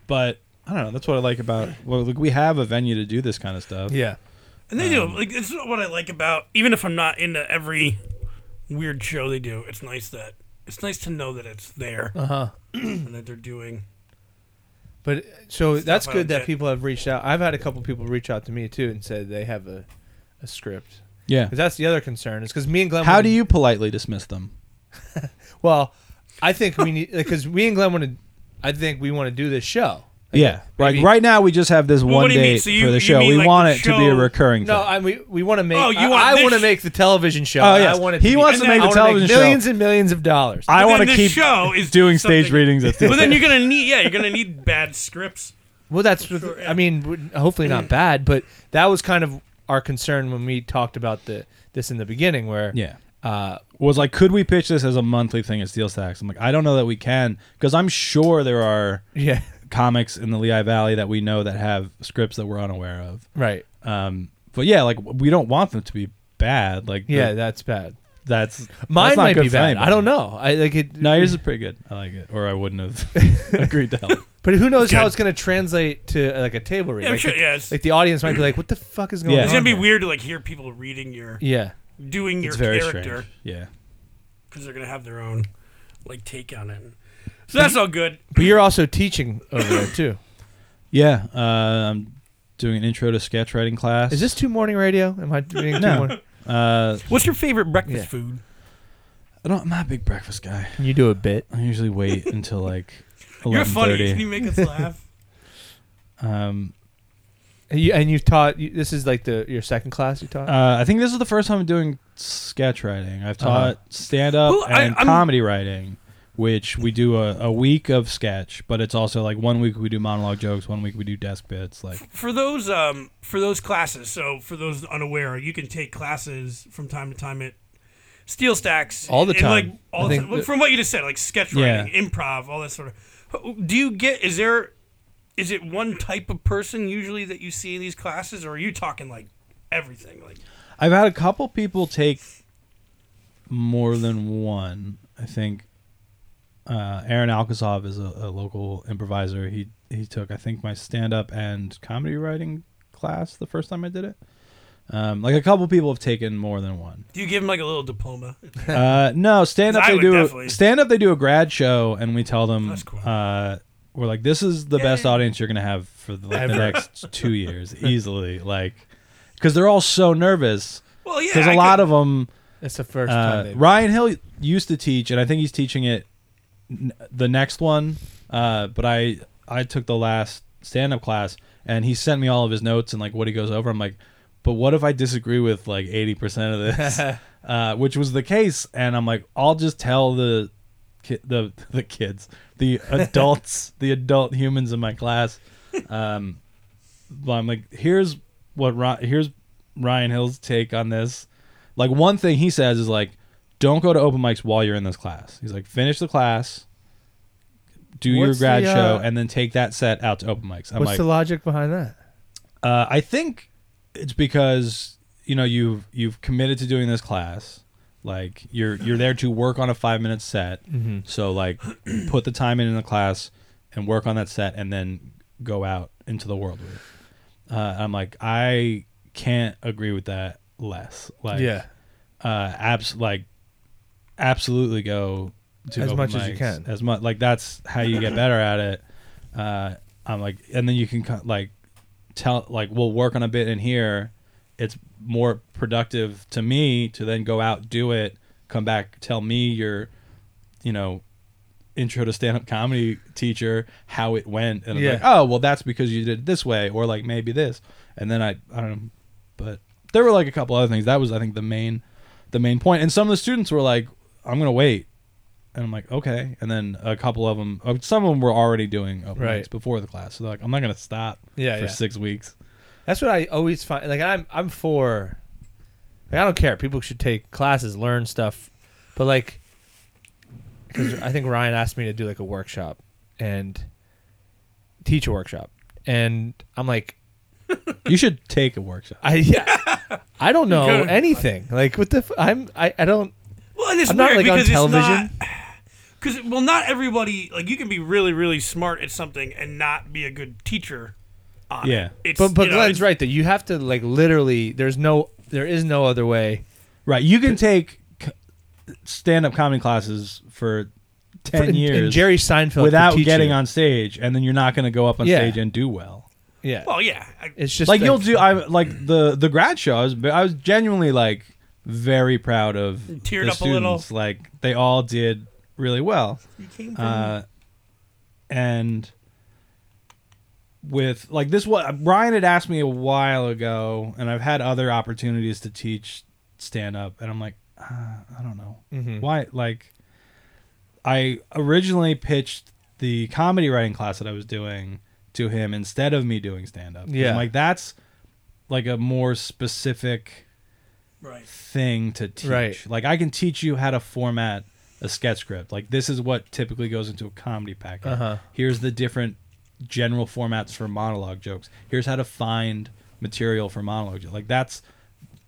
Speaker 6: but I don't know. That's what I like about. Well, like we have a venue to do this kind of stuff.
Speaker 3: Yeah.
Speaker 2: And they
Speaker 3: Um,
Speaker 2: do. Like it's what I like about even if I'm not into every weird show they do, it's nice that it's nice to know that it's there
Speaker 3: Uh-huh.
Speaker 2: and that they're doing
Speaker 3: But so that's
Speaker 2: I
Speaker 3: good
Speaker 2: don't
Speaker 3: that
Speaker 2: get.
Speaker 3: people have reached out. I've had a couple people reach out to me too and said they have a, a script.
Speaker 6: Yeah.
Speaker 3: 'Cause that's the other concern is because me and Glenn.
Speaker 6: How
Speaker 3: wanna-
Speaker 6: do you politely dismiss them?
Speaker 3: Well, I think we need because me and Glenn want to. I think we want to do this show.
Speaker 6: Yeah.
Speaker 3: maybe-
Speaker 6: Like right now, we just have this
Speaker 2: Well,
Speaker 6: one
Speaker 2: what do you mean?
Speaker 6: date
Speaker 2: So you-
Speaker 6: for
Speaker 2: you
Speaker 6: the show.
Speaker 2: mean,
Speaker 6: We
Speaker 2: like,
Speaker 6: want
Speaker 2: the
Speaker 6: it to be a
Speaker 2: show-
Speaker 6: recurring.
Speaker 3: No,
Speaker 6: thing.
Speaker 3: I we, we want to make.
Speaker 2: Oh, you
Speaker 3: I-
Speaker 2: want
Speaker 3: I,
Speaker 2: this
Speaker 3: want to
Speaker 2: sh-
Speaker 3: make the television show.
Speaker 6: Oh,
Speaker 3: and
Speaker 6: yes.
Speaker 3: I want it
Speaker 6: He
Speaker 3: to
Speaker 6: wants
Speaker 3: be,
Speaker 2: to make
Speaker 3: I
Speaker 6: the
Speaker 3: wanna
Speaker 6: television show.
Speaker 3: millions and millions of dollars.
Speaker 6: I
Speaker 2: But
Speaker 6: want
Speaker 2: then
Speaker 6: to
Speaker 2: this
Speaker 6: keep
Speaker 2: show is
Speaker 6: doing stage
Speaker 2: something-
Speaker 6: readings at
Speaker 2: But
Speaker 6: the
Speaker 2: then you're gonna need yeah, you're gonna need bad scripts.
Speaker 3: well, that's.
Speaker 2: sure, yeah.
Speaker 3: I mean, w- hopefully
Speaker 6: Mm.
Speaker 3: not bad, but that was kind of our concern when we talked about the this in the beginning, where
Speaker 6: yeah
Speaker 3: uh,
Speaker 6: was like could we pitch this as a monthly thing at steel stacks i'm like i don't know that we can because i'm sure there are
Speaker 3: yeah,
Speaker 6: comics in the lehigh valley that we know that have scripts that we're unaware of
Speaker 3: right,
Speaker 6: Uh, um but yeah like we don't want them to be bad like the-
Speaker 3: yeah, that's bad.
Speaker 6: That's
Speaker 3: Mine
Speaker 6: that's not
Speaker 3: might
Speaker 6: good
Speaker 3: be
Speaker 6: for
Speaker 3: bad.
Speaker 6: anybody.
Speaker 3: I don't know. I like it.
Speaker 6: No, yours is pretty good. I like it, or I wouldn't have agreed to help.
Speaker 3: but who knows how
Speaker 2: Good.
Speaker 3: it's going to translate to uh, like a table read?
Speaker 2: Yeah, I'm
Speaker 3: like,
Speaker 2: sure-
Speaker 3: the,
Speaker 2: yeah, it's-
Speaker 3: like the audience might be like, "What the fuck is going
Speaker 6: Yeah.
Speaker 3: on?"
Speaker 2: It's gonna be
Speaker 3: here?"
Speaker 2: weird to like hear people reading your
Speaker 3: Yeah.
Speaker 2: doing your
Speaker 6: It's very
Speaker 2: character
Speaker 6: strange. Yeah,
Speaker 2: because they're gonna have their own like take on it. So that's all good.
Speaker 3: But you're also teaching over there too.
Speaker 6: yeah. Uh, I'm doing an intro to sketch writing class.
Speaker 3: Is this two morning radio? Am I reading two
Speaker 6: No.
Speaker 3: morning?
Speaker 6: Uh,
Speaker 2: What's your favorite breakfast
Speaker 3: Yeah.
Speaker 2: food?
Speaker 6: I don't. I'm not a big breakfast guy.
Speaker 3: You do a bit.
Speaker 6: I usually wait until like
Speaker 2: You're
Speaker 6: eleven
Speaker 2: funny. Can you
Speaker 6: thirty.
Speaker 2: make us laugh?
Speaker 6: Um,
Speaker 3: And, you, and you've taught. You, this is like the your second class you taught.
Speaker 6: uh, I think this is the first time I'm doing sketch writing. I've
Speaker 3: Uh-huh.
Speaker 6: taught stand up
Speaker 2: Who- I-
Speaker 6: and
Speaker 2: I'm-
Speaker 6: comedy writing, which we do a, a week of sketch, but it's also like one week we do monologue jokes, one week we do desk bits. Like
Speaker 2: for those um for those classes. So for those unaware, you can take classes from time to time at Steel Stacks
Speaker 3: All the
Speaker 2: and, like
Speaker 3: time.
Speaker 2: all
Speaker 3: I
Speaker 2: the
Speaker 3: think
Speaker 2: time.
Speaker 3: that-
Speaker 2: from what you just said, like sketch
Speaker 6: Yeah.
Speaker 2: writing, improv, all that sort of. Do you get? Is there? Is it one type of person usually that you see in these classes, or are you talking like everything? Like
Speaker 6: I've had a couple people take more than one. I think uh, Aaron Alkazov is a, a local improviser. He he took I think my stand up and comedy writing class the first time I did it. Um, like a couple people have taken more than one.
Speaker 2: Do you give them like a little diploma?
Speaker 6: Uh, no, stand up
Speaker 2: I
Speaker 6: they
Speaker 2: would
Speaker 6: do
Speaker 2: definitely-
Speaker 6: stand up they do a grad show and we tell them
Speaker 2: That's cool.
Speaker 6: uh, we're like this is the best audience you're gonna have for the, like, the next two years easily like because they're all so nervous.
Speaker 2: Well, yeah.
Speaker 6: There's a
Speaker 2: I
Speaker 6: lot
Speaker 2: could-
Speaker 6: of them.
Speaker 3: That's the first
Speaker 6: Uh,
Speaker 3: time. They,
Speaker 6: Ryan Hill used to teach, and I think he's teaching it n- the next one. Uh, but I I took the last stand up class, and he sent me all of his notes and like what he goes over. I'm like, but what if I disagree with like eighty percent of this, uh, which was the case? And I'm like, I'll just tell the ki- the the kids, the adults, the adult humans in my class. Um, but I'm like, here's what Ri- here's Ryan Hill's take on this. Like one thing he says is like, don't go to open mics while you're in this class. He's like, finish the class, do your
Speaker 3: What's
Speaker 6: grad
Speaker 3: the,
Speaker 6: show,
Speaker 3: uh,
Speaker 6: and then take that set out to open mics. I'm
Speaker 3: what's
Speaker 6: like,
Speaker 3: the logic behind that?
Speaker 6: uh, I think it's because you know you've you've committed to doing this class. Like you're you're there to work on a five minute set. So like, put the time in in the class and work on that set, and then go out into the world with it. Uh, I'm like, I can't agree with that less. Like, uh, abs like absolutely go to
Speaker 3: As
Speaker 6: open
Speaker 3: much as you
Speaker 6: mics,
Speaker 3: can.
Speaker 6: as much like that's how you get better at it. Uh, I'm like, and then you can co- like tell like we'll work on a bit in here. It's more productive to me to then go out, do it, come back, tell me your, you know, intro to stand up comedy teacher how it went, and I'm
Speaker 3: Yeah.
Speaker 6: like, oh well, that's because you did it this way, or like maybe this, and then I I don't know, but there were like a couple other things. That was I think the main, the main point. And some of the students were like, I'm gonna wait and I'm like, okay. And then a couple of them, some of them were already doing open
Speaker 3: Right.
Speaker 6: mics before the class, so they're like, I'm not gonna stop
Speaker 3: Yeah,
Speaker 6: for
Speaker 3: yeah.
Speaker 6: six weeks.
Speaker 3: That's what I always find. Like I'm, I'm for. Like I don't care. People should take classes, learn stuff, but like, because I think Ryan asked me to do like a workshop and teach a workshop, and I'm like,
Speaker 6: You should take a workshop.
Speaker 3: I yeah, I don't know
Speaker 2: could've-
Speaker 3: anything. Like what the f- I'm I I don't.
Speaker 2: Well, and it's
Speaker 3: I'm not,
Speaker 2: weird
Speaker 3: like, on
Speaker 2: because
Speaker 3: television.
Speaker 2: Because well, not everybody like you can be really really smart at something and not be a good teacher. On it.
Speaker 6: Yeah.
Speaker 2: it's,
Speaker 3: But but
Speaker 2: you know,
Speaker 3: Glenn's
Speaker 2: it's-
Speaker 3: right that you have to like literally. There's no there is no other way.
Speaker 6: Right. You can take stand up comedy classes for ten
Speaker 3: And-
Speaker 6: years
Speaker 3: and Jerry Seinfeld could
Speaker 6: without
Speaker 3: teach
Speaker 6: getting
Speaker 3: you.
Speaker 6: on stage, and then you're not gonna go up on
Speaker 3: Yeah.
Speaker 6: stage and do well.
Speaker 3: Yeah,
Speaker 2: Well, yeah, I,
Speaker 3: it's just
Speaker 6: like you'll do. I like the the grad show. I was I was genuinely like very proud of
Speaker 2: Teared
Speaker 6: the
Speaker 2: up a little.
Speaker 6: students. Like they all did really well.
Speaker 2: you came from.
Speaker 6: uh, and with like this what Brian had asked me a while ago and I've had other opportunities to teach stand up and I'm like uh, I don't know why like I originally pitched the comedy writing class that I was doing to him instead of me doing stand up
Speaker 3: Yeah.
Speaker 6: I'm like that's like a more specific
Speaker 2: right.
Speaker 6: thing to teach.
Speaker 3: Right.
Speaker 6: Like I can teach you how to format a sketch script. Like this is what typically goes into a comedy packet.
Speaker 3: Uh-huh.
Speaker 6: Here's the different general formats for monologue jokes. Here's how to find material for monologue jokes. Like that's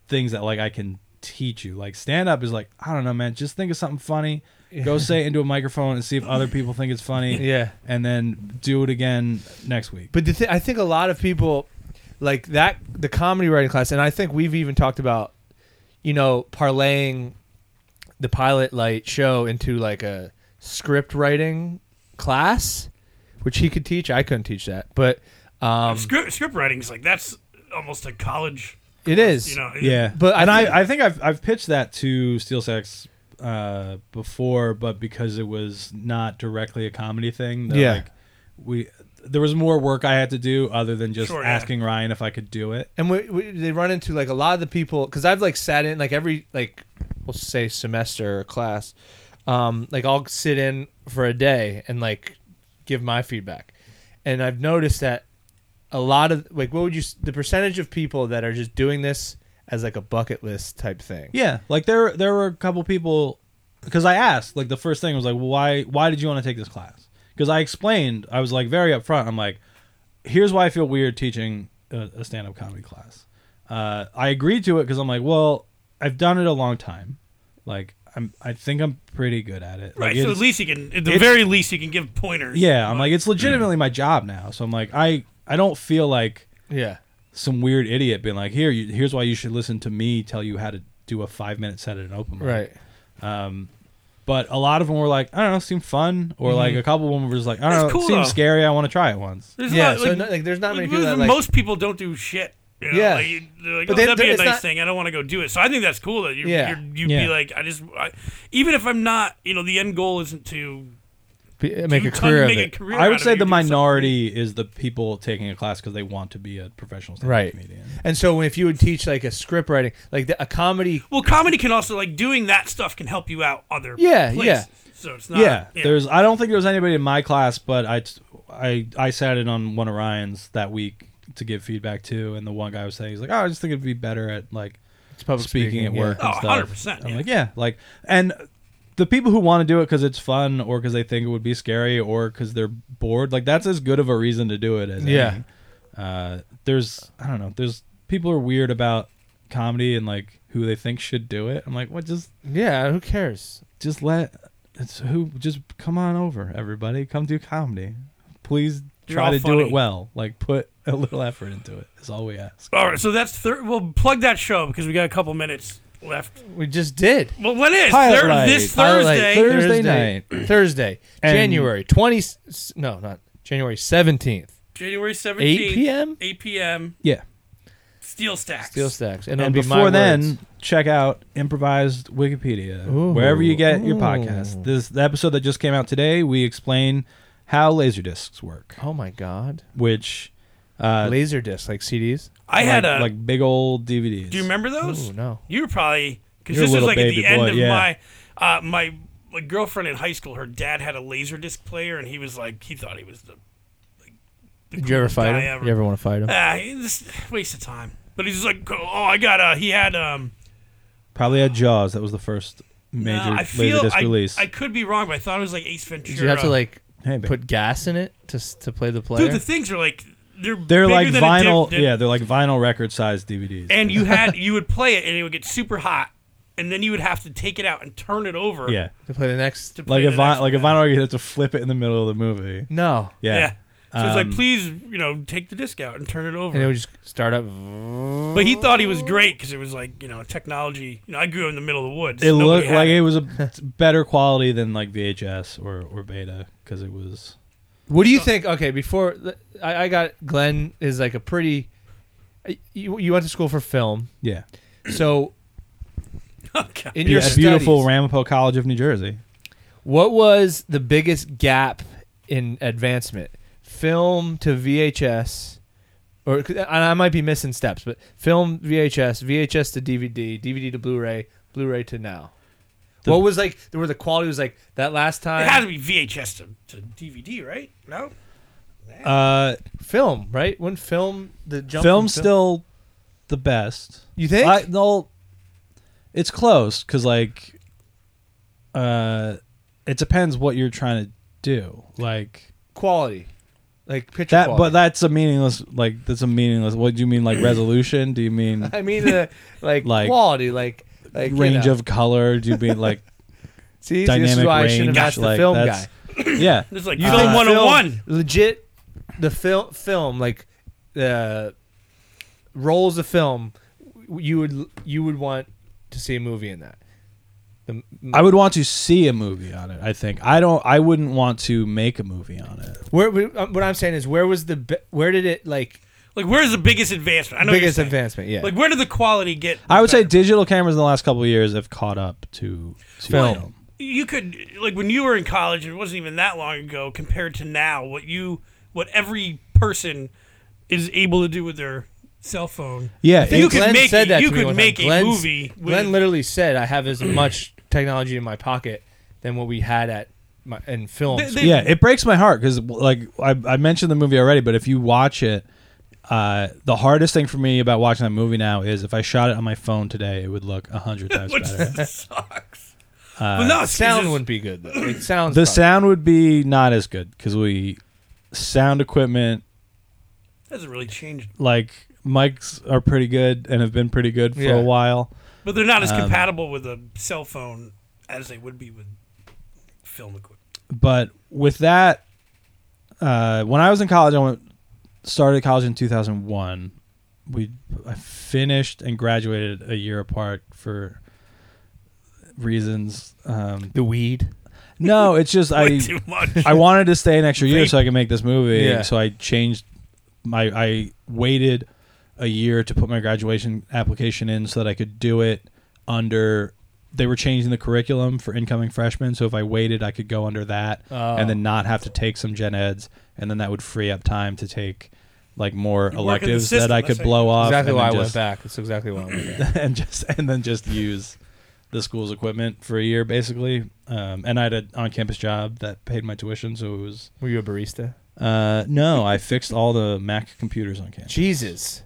Speaker 6: things that like I can teach you. Like stand up is like I don't know, man. Just think of something funny. Go say it into a microphone and see if other people think it's funny.
Speaker 3: Yeah.
Speaker 6: and then do it again next week.
Speaker 3: But the th- I think a lot of people like that the comedy writing class, and I think we've even talked about, you know, parlaying the pilot light show into like a script writing class, which he could teach. I couldn't teach that, but um,
Speaker 2: script, script writing's like that's almost a college.
Speaker 3: it is.
Speaker 2: You know,
Speaker 6: Yeah,
Speaker 3: But I
Speaker 6: and
Speaker 3: think-
Speaker 6: I, I think I've I've pitched that to Steel Sex uh, before, but because it was not directly a comedy thing, they're
Speaker 3: Yeah.
Speaker 6: like, we there was more work I had to do other than just
Speaker 2: Sure, yeah.
Speaker 6: asking Ryan if I could do it.
Speaker 3: and we, we, they run into like a lot of the people because I've like sat in like every like we'll say semester or class, um, like I'll sit in for a day and like give my feedback, and I've noticed that a lot of like what would you s- the percentage of people that are just doing this as like a bucket list type thing?
Speaker 6: Yeah, like there there were a couple people because I asked like the first thing was like why why did you want to take this class? Because I explained I was like very upfront. I'm like, here's why I feel weird teaching a, a stand up comedy class. Uh, I agreed to it because I'm like, well, I've done it a long time. Like I'm I think I'm pretty good at it. Like,
Speaker 2: Right. So
Speaker 6: it's-
Speaker 2: at least you can, at the
Speaker 6: it's-
Speaker 2: very least, you can give pointers.
Speaker 6: yeah, I'm like it's legitimately my job now. So I'm like I I don't feel like
Speaker 3: Yeah,
Speaker 6: some weird idiot being like here you, here's why you should listen to me tell you how to do a five minute set at an open mic.
Speaker 3: right.
Speaker 6: But a lot of them were like, I don't know, seemed fun, or like a couple of them were just like, I
Speaker 2: That's
Speaker 6: don't know,
Speaker 2: Mm-hmm. cool,
Speaker 6: it seems
Speaker 2: though.
Speaker 6: scary. I want to try it once.
Speaker 2: There's
Speaker 3: Yeah,
Speaker 2: not,
Speaker 3: so
Speaker 2: like,
Speaker 3: no- like, there's not many
Speaker 2: like,
Speaker 3: people that, like-
Speaker 2: most people don't do shit. you know?
Speaker 3: Yeah.
Speaker 2: Like, you- they're like,
Speaker 3: But
Speaker 2: "Oh,
Speaker 3: they-
Speaker 2: that'd be a
Speaker 3: it's
Speaker 2: nice
Speaker 3: not-
Speaker 2: thing. I don't want to go do it. So I think that's cool that you
Speaker 3: Yeah.
Speaker 2: you're, you'd
Speaker 6: Yeah.
Speaker 2: be like, I just, I, even if I'm not, you know, the end goal isn't to
Speaker 6: uh,
Speaker 3: P- make
Speaker 2: do
Speaker 3: a
Speaker 2: ton-
Speaker 3: career of
Speaker 2: make
Speaker 3: it.
Speaker 2: A career
Speaker 6: I
Speaker 2: out
Speaker 6: would
Speaker 2: of
Speaker 6: say
Speaker 2: it,
Speaker 6: the
Speaker 2: do something.
Speaker 6: minority is the people taking a class because they want to be a professional stand-up
Speaker 3: Right.
Speaker 6: comedian.
Speaker 3: And so if you would teach like a script writing, like the, a comedy,
Speaker 2: Well, comedy can also like doing that stuff can help you out other.
Speaker 3: Yeah,
Speaker 2: places.
Speaker 3: yeah.
Speaker 2: So it's not.
Speaker 6: yeah, there's. I don't think there was anybody in my class, but I, t- I, I sat in on one of Ryan's that week to give feedback to, and the one guy was saying he's like, oh, I just think it'd be better at like
Speaker 3: it's public
Speaker 6: speaking, at
Speaker 3: yeah.
Speaker 6: work
Speaker 2: Oh,
Speaker 6: and stuff.
Speaker 2: 100%,
Speaker 6: I'm
Speaker 2: yeah.
Speaker 6: like, yeah, like, and the people who want to do it because it's fun or because they think it would be scary or because they're bored, like that's as good of a reason to do it as
Speaker 3: Yeah.
Speaker 6: any. Uh, there's, I don't know, there's people are weird about comedy and like who they think should do it. I'm like, what? Just,
Speaker 3: Yeah, who cares?
Speaker 6: just let it's who just come on over, everybody. Come do comedy. Please
Speaker 2: You're
Speaker 6: try
Speaker 2: all
Speaker 6: to do
Speaker 2: funny.
Speaker 6: it well. Like put a little effort into it. Is all we ask.
Speaker 2: All right. So that's third. We'll plug that show because we got a couple minutes left.
Speaker 3: We just did.
Speaker 2: Well, when is
Speaker 6: Pilot
Speaker 2: Thir-
Speaker 6: Light.
Speaker 2: this
Speaker 3: Pilot Light,
Speaker 2: Thursday?
Speaker 6: Thir- Thursday
Speaker 3: night. Thursday,
Speaker 6: And-
Speaker 3: January 20 s- no, not January 17th.
Speaker 2: January 17th,
Speaker 3: 8 p.m.
Speaker 2: 8 p.m.
Speaker 6: Yeah.
Speaker 2: Steel Stacks.
Speaker 3: Steel Stacks. And,
Speaker 6: and
Speaker 3: it'll be my
Speaker 6: before then,
Speaker 3: words.
Speaker 6: check out improvised Wikipedia
Speaker 3: Ooh.
Speaker 6: wherever you get your
Speaker 3: Ooh.
Speaker 6: podcast. This the episode that just came out today. We explain how laser discs work,
Speaker 3: Oh my god.
Speaker 6: which uh,
Speaker 3: Laser disc like CDs?
Speaker 2: I had
Speaker 6: like,
Speaker 2: a.
Speaker 6: like big old DVDs.
Speaker 2: do you remember those?
Speaker 3: Oh no.
Speaker 2: You were probably because
Speaker 6: You're a
Speaker 2: this was
Speaker 6: little
Speaker 2: like at the
Speaker 6: baby
Speaker 2: end
Speaker 6: boy,
Speaker 2: of
Speaker 6: yeah.
Speaker 2: my uh, my my girlfriend in high school. Her dad had a laser disc player, and he was like he thought he was the. like, the
Speaker 3: Did you ever
Speaker 2: coolest
Speaker 3: fight
Speaker 2: guy
Speaker 3: him? You ever want to fight him?
Speaker 2: Ah, he- this waste of time. But he's just like, oh, I got a. He had um.
Speaker 6: Probably had Jaws. That was the first major
Speaker 2: uh, I
Speaker 6: laser
Speaker 2: feel
Speaker 6: disc
Speaker 2: I,
Speaker 6: release.
Speaker 2: I could be wrong, but I thought it was like Ace Ventura.
Speaker 3: Did you have to like
Speaker 6: hey, babe.
Speaker 3: put gas in it to s- to play the player?
Speaker 2: Dude, the things are like they're
Speaker 6: They're
Speaker 2: bigger
Speaker 6: like
Speaker 2: than a div-
Speaker 6: vinyl.
Speaker 2: they're-
Speaker 6: yeah, they're like vinyl record sized DVDs.
Speaker 2: And you had you would play it, and it would get super hot, and then you would have to take it out and turn it over.
Speaker 6: yeah,
Speaker 3: to play the next
Speaker 2: To play
Speaker 6: like a
Speaker 2: the
Speaker 6: vi-
Speaker 2: next
Speaker 6: like a
Speaker 2: one.
Speaker 6: vinyl record, you have to flip it in the middle of the movie.
Speaker 3: No.
Speaker 6: Yeah.
Speaker 2: Yeah. So it's like,
Speaker 6: Um,
Speaker 2: please, you know, take the disc out and turn it
Speaker 3: And it
Speaker 2: over.
Speaker 3: would just start up
Speaker 2: but he thought he was great because it was like, you know, technology. You know, I grew up in the middle of the woods.
Speaker 6: It
Speaker 2: so nobody
Speaker 6: looked
Speaker 2: had
Speaker 6: like
Speaker 2: it.
Speaker 6: it was a better quality than like VHS or or Beta because it was.
Speaker 3: What do you think? Okay, before I, I got Glenn is like a pretty you, you went to school for film.
Speaker 6: Yeah,
Speaker 3: So
Speaker 2: Okay.
Speaker 3: in your
Speaker 6: Be- beautiful
Speaker 3: studies-
Speaker 6: Ramapo College of New Jersey.
Speaker 3: What was the biggest gap in advancement? Film to VHS, or and I might be missing steps, but film VHS, VHS to DVD, DVD to Blu-ray, Blu-ray to now.
Speaker 6: The-
Speaker 3: what was like where the quality was like that last
Speaker 2: It had to
Speaker 3: time?
Speaker 2: be VHS to, to DVD, right? No.
Speaker 6: Uh,
Speaker 3: film, right? When film the jump from
Speaker 6: film's
Speaker 3: film-
Speaker 6: still the best.
Speaker 3: You think?
Speaker 6: I, no, it's close because like, uh, it depends what you're trying to do. Like,
Speaker 3: quality, like picture
Speaker 6: That, but
Speaker 3: quality.
Speaker 6: that's a meaningless. Like that's a meaningless. What do you mean? Like resolution? Do you mean
Speaker 3: I mean, uh, like,
Speaker 6: Like-
Speaker 3: quality, like Like, you
Speaker 6: range
Speaker 3: know.
Speaker 6: of color. Do you mean like
Speaker 3: See, this is
Speaker 6: dynamic
Speaker 3: why I
Speaker 6: range?
Speaker 3: shouldn't have asked the
Speaker 6: like,
Speaker 3: film
Speaker 6: that's-
Speaker 3: guy.
Speaker 6: Yeah.
Speaker 2: It's like
Speaker 3: You
Speaker 2: film
Speaker 3: think
Speaker 2: 101.
Speaker 3: Uh, film- legit, the film, film like the roles of film. w- You would you would want to see a movie in that. The,
Speaker 6: I would want to see a movie on it. I think I don't. I wouldn't want to make a movie on it.
Speaker 3: where we- um, what I'm saying is where was the be- where did it like
Speaker 2: Like, where's the biggest advancement? I know what you're
Speaker 3: biggest
Speaker 2: saying.
Speaker 3: advancement? Yeah,
Speaker 2: Like, where did the quality get?
Speaker 6: I would say
Speaker 2: better?
Speaker 6: digital cameras in the last couple of years have caught up to, to
Speaker 3: Film.
Speaker 2: you could like when you were in college it wasn't even that long ago compared to now what you what every person is able to do with their cell phone
Speaker 6: Yeah,
Speaker 2: you could
Speaker 6: it's-
Speaker 3: Glenn
Speaker 2: make
Speaker 3: said
Speaker 2: it-
Speaker 3: that
Speaker 2: you
Speaker 3: to me
Speaker 2: could
Speaker 3: one
Speaker 2: make
Speaker 3: time.
Speaker 2: a
Speaker 3: Glenn's-
Speaker 2: movie with-
Speaker 3: Glenn literally said, "I have as much technology in my pocket than what we had at my in films."
Speaker 2: They- they-
Speaker 6: yeah, it breaks my heart because like I, I mentioned the movie already, but if you watch it, uh, the hardest thing for me about watching that movie now is if I shot it on my phone today, it would look a hundred times
Speaker 2: which
Speaker 6: better.
Speaker 2: sucks but no it's
Speaker 3: Uh, sound
Speaker 2: it's-
Speaker 3: wouldn't be good though. It sounds
Speaker 6: The
Speaker 3: probably-
Speaker 6: sound would be not as good because we sound equipment
Speaker 2: hasn't really changed
Speaker 6: like mics are pretty good and have been pretty good for
Speaker 3: Yeah.
Speaker 6: a while.
Speaker 2: but they're not as
Speaker 3: Um,
Speaker 2: compatible with a cell phone as they would be with film equipment
Speaker 6: but with that, uh, when I was in college, I went started college in 2001. We I finished and graduated a year apart for reasons. Um,
Speaker 3: the weed.
Speaker 6: no, it's just
Speaker 2: Way
Speaker 6: I
Speaker 2: too much
Speaker 6: I wanted to stay an extra year
Speaker 2: Vape.
Speaker 6: so I could make this movie.
Speaker 3: Yeah.
Speaker 6: So I changed my I waited a year to put my graduation application in so that I could do it under they were changing the curriculum for incoming freshmen, so if I waited I could go under that
Speaker 3: Oh.
Speaker 6: and then not have to take some gen eds and then that would free up time to take like more
Speaker 2: You work in the
Speaker 6: electives that
Speaker 2: system,
Speaker 6: I could
Speaker 2: that's
Speaker 6: blow
Speaker 2: how you-
Speaker 6: off
Speaker 3: Exactly
Speaker 6: and
Speaker 3: why I
Speaker 6: then
Speaker 3: went
Speaker 6: just-
Speaker 3: back. That's exactly why I went back.
Speaker 6: and just and then just use the school's equipment for a year basically. Um, and I had an on-campus job that paid my tuition, so it was
Speaker 3: Were you a barista?
Speaker 6: uh, no, I fixed all the Mac computers on campus.
Speaker 3: Jesus.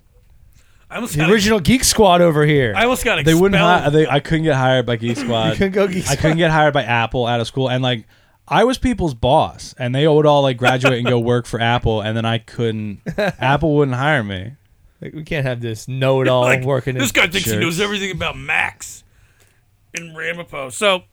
Speaker 2: I almost
Speaker 3: The
Speaker 2: got
Speaker 3: original Geek Squad over here.
Speaker 2: I almost got
Speaker 6: They wouldn't.
Speaker 2: expelled.
Speaker 6: Hi- they, I couldn't get hired by Geek Squad.
Speaker 3: You couldn't go Geek
Speaker 6: I
Speaker 3: Squad.
Speaker 6: couldn't get hired by Apple out of school, and like I was people's boss, and they would all like graduate and go work for Apple, and then I couldn't. Apple wouldn't hire me.
Speaker 3: Like, we can't have this know it all
Speaker 2: Like,
Speaker 3: working.
Speaker 2: This
Speaker 3: in-
Speaker 2: guy thinks he
Speaker 6: shirts.
Speaker 2: knows everything about Max and Ramapo. So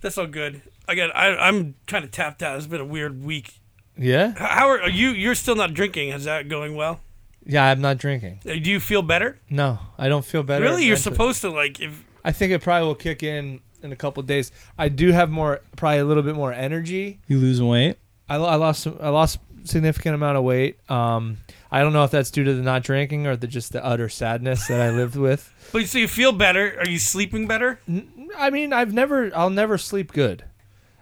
Speaker 2: that's all good. I got. I, I'm kind of tapped out. It's been a weird week.
Speaker 3: yeah,
Speaker 2: How, how are, are you? You're still not drinking. Is that going well?
Speaker 3: yeah. I'm not drinking.
Speaker 2: Uh, Do you feel better?
Speaker 3: No, I don't feel better.
Speaker 2: really, you're
Speaker 3: mentally.
Speaker 2: supposed to like. If
Speaker 3: I think it probably will kick in in a couple days. I do have more, probably a little bit more energy.
Speaker 6: You losing weight?
Speaker 3: I, lo- I lost some, I lost significant amount of weight. Um, I don't know if that's due to the not drinking or the just the utter sadness that I lived with.
Speaker 2: but so you feel better. Are you sleeping better?
Speaker 3: I mean, I've never, I'll never sleep good.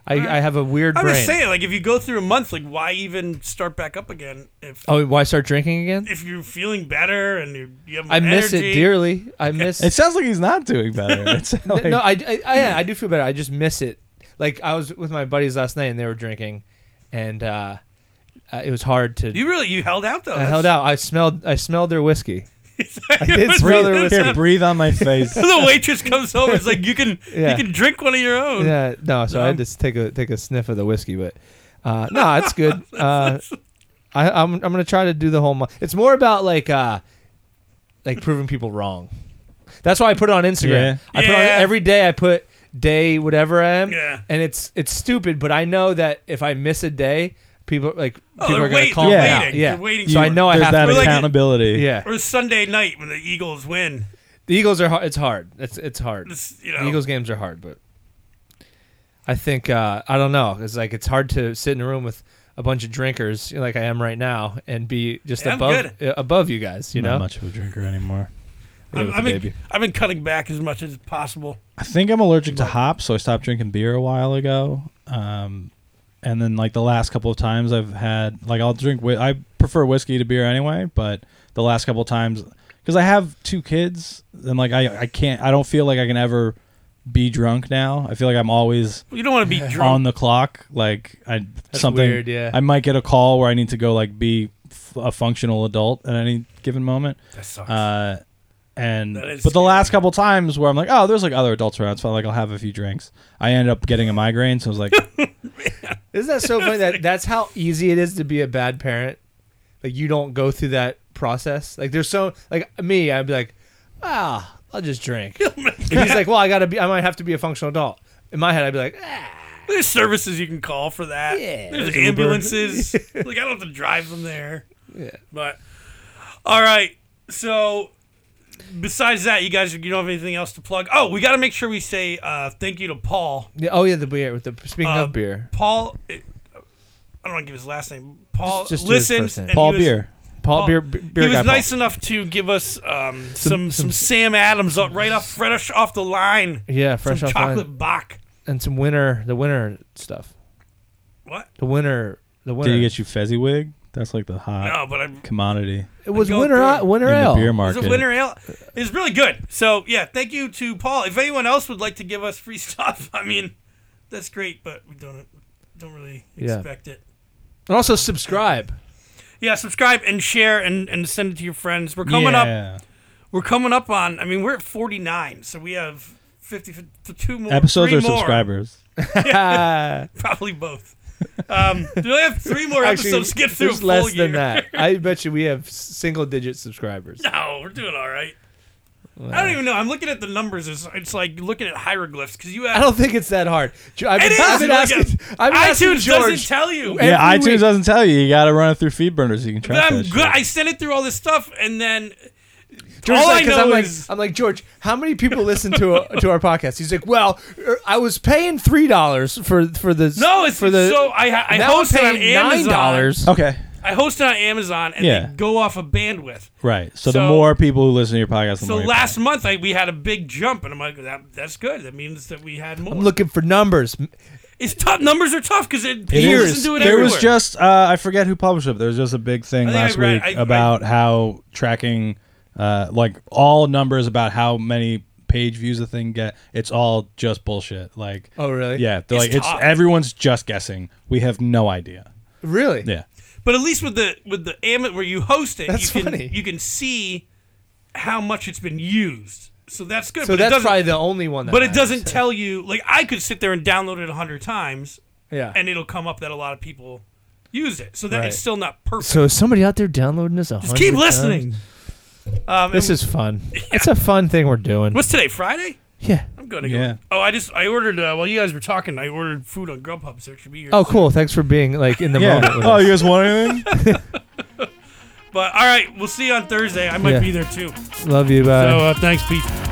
Speaker 3: I, I have a weird
Speaker 2: I'm
Speaker 3: brain.
Speaker 2: just saying. Like, if you go through a month, like, why even start back up again? If
Speaker 3: Oh, why start drinking again?
Speaker 2: if you're feeling better and you're, you have more
Speaker 3: I miss
Speaker 2: energy,
Speaker 3: it dearly. I miss.
Speaker 6: It sounds like he's not doing better. It sounds like,
Speaker 3: no, I, I, I, yeah, I do feel better. I just miss it. Like I was with my buddies last night and they were drinking, and uh, uh, it was hard to.
Speaker 2: You really you held out though.
Speaker 3: I held out. I smelled. I smelled their whiskey.
Speaker 2: I
Speaker 3: did smell there was
Speaker 6: here, breathe on my face.
Speaker 2: the waitress comes over. It's like you can
Speaker 3: Yeah.
Speaker 2: you can drink one of your own.
Speaker 3: Yeah, no. So I had
Speaker 2: Um,
Speaker 3: to s- take a take a sniff of the whiskey, but uh, no, it's good. Uh, I, I'm I'm gonna try to do the whole. Mo- it's more about like uh, like proving people wrong. That's why I put it on Instagram.
Speaker 6: Yeah.
Speaker 3: I put it on,
Speaker 2: Yeah.
Speaker 3: every day. I put day whatever I am.
Speaker 2: Yeah.
Speaker 3: And it's it's stupid, but I know that if I miss a day, people like
Speaker 2: Oh,
Speaker 3: people
Speaker 2: they're
Speaker 3: are gonna
Speaker 2: wait-
Speaker 3: call me
Speaker 6: they're
Speaker 3: out.
Speaker 2: waiting.
Speaker 3: Yeah.
Speaker 2: They're waiting
Speaker 3: So I
Speaker 2: for it.
Speaker 3: know I
Speaker 6: There's
Speaker 3: have
Speaker 6: that
Speaker 3: to.
Speaker 2: We're like-
Speaker 6: accountability.
Speaker 3: yeah.
Speaker 2: Or Sunday night when the Eagles win.
Speaker 3: The Eagles are hard. It's hard. It's it's hard.
Speaker 2: It's, you know,
Speaker 3: The Eagles games are hard, but I think uh, I don't know. It's like it's hard to sit in a room with a bunch of drinkers you know, like I am right now and be just
Speaker 2: Yeah, I'm
Speaker 3: above uh, above you guys. You
Speaker 6: Not
Speaker 3: know,
Speaker 6: much of a drinker anymore.
Speaker 2: I'm,
Speaker 3: with
Speaker 2: I've,
Speaker 3: the
Speaker 2: been,
Speaker 3: baby.
Speaker 2: I've been cutting back as much as possible.
Speaker 6: I think I'm allergic to hops, so I stopped drinking beer a while ago. Um, and then like the last couple of times I've had like I'll drink whi- I prefer whiskey to beer anyway, but the last couple of times because I have two kids and like I I can't I don't feel like I can ever be drunk now. I feel like I'm always
Speaker 2: You don't want to be drunk.
Speaker 6: on the clock. Like I something
Speaker 3: weird, yeah.
Speaker 6: I might get a call where I need to go like be f- a functional adult at any given moment.
Speaker 2: that sucks.
Speaker 6: Uh, and
Speaker 2: That is
Speaker 6: but the
Speaker 2: scary.
Speaker 6: last couple times where I'm like, oh, there's like other adults around, so like I'll have a few drinks. I ended up getting a migraine, so I was like,
Speaker 3: isn't that so funny? That that's how easy it is to be a bad parent. Like you don't go through that process. Like there's so like me, I'd be like, ah, I'll just drink. And he's like, well, I gotta be. I might have to be a functional adult. In my head, I'd be like, "Ah,
Speaker 2: There's services you can call for that.
Speaker 3: Yeah,
Speaker 2: there's,
Speaker 3: there's Uber.
Speaker 2: ambulances. like I don't have to drive them there. Yeah. But all right. So besides that, you guys you don't have anything else to plug. Oh, we got to make sure we say uh, thank you to Paul.
Speaker 3: yeah, oh yeah, the beer with the speaking
Speaker 2: Uh,
Speaker 3: of beer,
Speaker 2: Paul. eh, I don't want to give his last name. Paul
Speaker 3: Just- just do his
Speaker 2: listens.
Speaker 3: first name.
Speaker 2: and
Speaker 6: Paul
Speaker 2: he was-
Speaker 6: Beer.
Speaker 3: Paul,
Speaker 2: Paul-
Speaker 3: beer, beer
Speaker 2: he was
Speaker 3: guy.
Speaker 2: nice
Speaker 3: Paul.
Speaker 2: enough to give us um, some, some Sam Adams up right off fresh off the line.
Speaker 3: Yeah, fresh
Speaker 2: some
Speaker 3: off
Speaker 2: chocolate
Speaker 3: line.
Speaker 2: Bach.
Speaker 3: and some winter, the winter stuff,
Speaker 2: What?
Speaker 3: the winter, the winter.
Speaker 6: Did you get you Fezziwig? That's like the hot
Speaker 2: No, but I'm
Speaker 6: commodity
Speaker 3: it was
Speaker 2: go
Speaker 3: winter,
Speaker 2: through.
Speaker 3: uh, winter
Speaker 6: in
Speaker 3: ale.
Speaker 6: the beer
Speaker 2: It's
Speaker 6: market.
Speaker 2: a winter ale. It's really good. So yeah, thank you to Paul. If anyone else would like to give us free stuff, I mean, that's great, but we don't don't really
Speaker 3: Yeah.
Speaker 2: expect it.
Speaker 3: And also subscribe.
Speaker 2: Yeah, subscribe and share and, and send it to your friends. We're coming up.
Speaker 6: Yeah.
Speaker 2: We're coming up on. I mean, we're at forty nine, so we have 50, f- two more
Speaker 6: Episodes
Speaker 2: three
Speaker 6: or
Speaker 2: more.
Speaker 6: subscribers.
Speaker 3: Ah,
Speaker 2: Probably both. Um, we only have three more
Speaker 3: actually,
Speaker 2: episodes to get through.
Speaker 3: there's
Speaker 2: a full
Speaker 3: less
Speaker 2: year.
Speaker 3: than that. I bet you we have s- single digit subscribers.
Speaker 2: No, we're doing all right. I don't even know. I'm looking at the numbers. It's, it's like looking at hieroglyphs because you have.
Speaker 3: I don't think it's that hard. Jo- I've been,
Speaker 2: It is.
Speaker 3: I've been
Speaker 2: Like,
Speaker 3: asking,
Speaker 2: uh,
Speaker 3: I've been asking
Speaker 2: iTunes
Speaker 3: George.
Speaker 2: doesn't tell you.
Speaker 3: Every
Speaker 6: yeah, iTunes
Speaker 3: week.
Speaker 6: doesn't tell you. You got to run it through feed burners so you can
Speaker 2: But
Speaker 6: track
Speaker 2: I'm
Speaker 6: that
Speaker 2: good. I
Speaker 6: shit.
Speaker 2: sent it through all this stuff, and then
Speaker 3: George
Speaker 2: all
Speaker 3: like,
Speaker 2: I
Speaker 3: 'cause
Speaker 2: know
Speaker 3: I'm like,
Speaker 2: is
Speaker 3: I'm like George. How many people listen to uh, to our podcast? He's like, well, er, I was paying three dollars for for the
Speaker 2: no. It's
Speaker 3: for the
Speaker 2: so I ha- I
Speaker 3: now I'm
Speaker 2: host it on
Speaker 3: paying nine
Speaker 2: Amazon.
Speaker 3: dollars.
Speaker 6: Okay.
Speaker 2: I host it on Amazon, and
Speaker 6: Yeah.
Speaker 2: they go off of bandwidth.
Speaker 6: Right. So,
Speaker 2: So-
Speaker 6: the more people who listen to your podcast, the
Speaker 2: So
Speaker 6: more you
Speaker 2: last month I, we had a big jump, and I'm like, that, that's good. That means that we had more.
Speaker 3: I'm looking for numbers.
Speaker 2: it's tough. Numbers are tough because it,
Speaker 6: It
Speaker 2: people
Speaker 6: is.
Speaker 2: listen to it
Speaker 6: there
Speaker 2: everywhere.
Speaker 6: was just uh, I forget who published it. but There was just a big thing
Speaker 2: I think I
Speaker 6: last
Speaker 2: read-
Speaker 6: week
Speaker 2: I- I-
Speaker 6: about how tracking, uh, like all numbers about how many page views a thing get. It's all just bullshit. Like
Speaker 3: Oh, really?
Speaker 6: Yeah, they're
Speaker 2: It's
Speaker 6: like it's
Speaker 2: tough.
Speaker 6: everyone's just guessing. We have no idea.
Speaker 3: Really?
Speaker 6: Yeah,
Speaker 2: but at least with the with the Am- where you host it,
Speaker 3: That's
Speaker 2: you can
Speaker 3: funny.
Speaker 2: you can see how much it's been used. So that's good. but
Speaker 3: So
Speaker 2: it
Speaker 3: that's
Speaker 2: doesn't-
Speaker 3: probably the only one. That
Speaker 2: But it
Speaker 3: matters.
Speaker 2: doesn't tell you. Like I could sit there and download it a hundred times,
Speaker 3: Yeah.
Speaker 2: and it'll come up that a lot of people use it. So that
Speaker 3: Right.
Speaker 2: it's still not perfect.
Speaker 3: so is somebody out there downloading this. Just
Speaker 2: Keep listening. Um,
Speaker 3: This is fun. It's a fun thing we're doing.
Speaker 2: what's today? Friday?
Speaker 3: yeah.
Speaker 2: I'm gonna go.
Speaker 6: Yeah.
Speaker 2: Oh, I just I ordered uh, while you guys were talking. I ordered food on Grubhub, so it should be here.
Speaker 3: Oh, cool. Thanks for being like in the
Speaker 6: yeah.
Speaker 3: moment. With
Speaker 6: Oh,
Speaker 3: us.
Speaker 6: you guys want anything?
Speaker 2: But all right, we'll see you on Thursday. I might
Speaker 3: Yeah.
Speaker 2: be there too.
Speaker 3: Love you. Bye.
Speaker 2: So uh, thanks, Pete.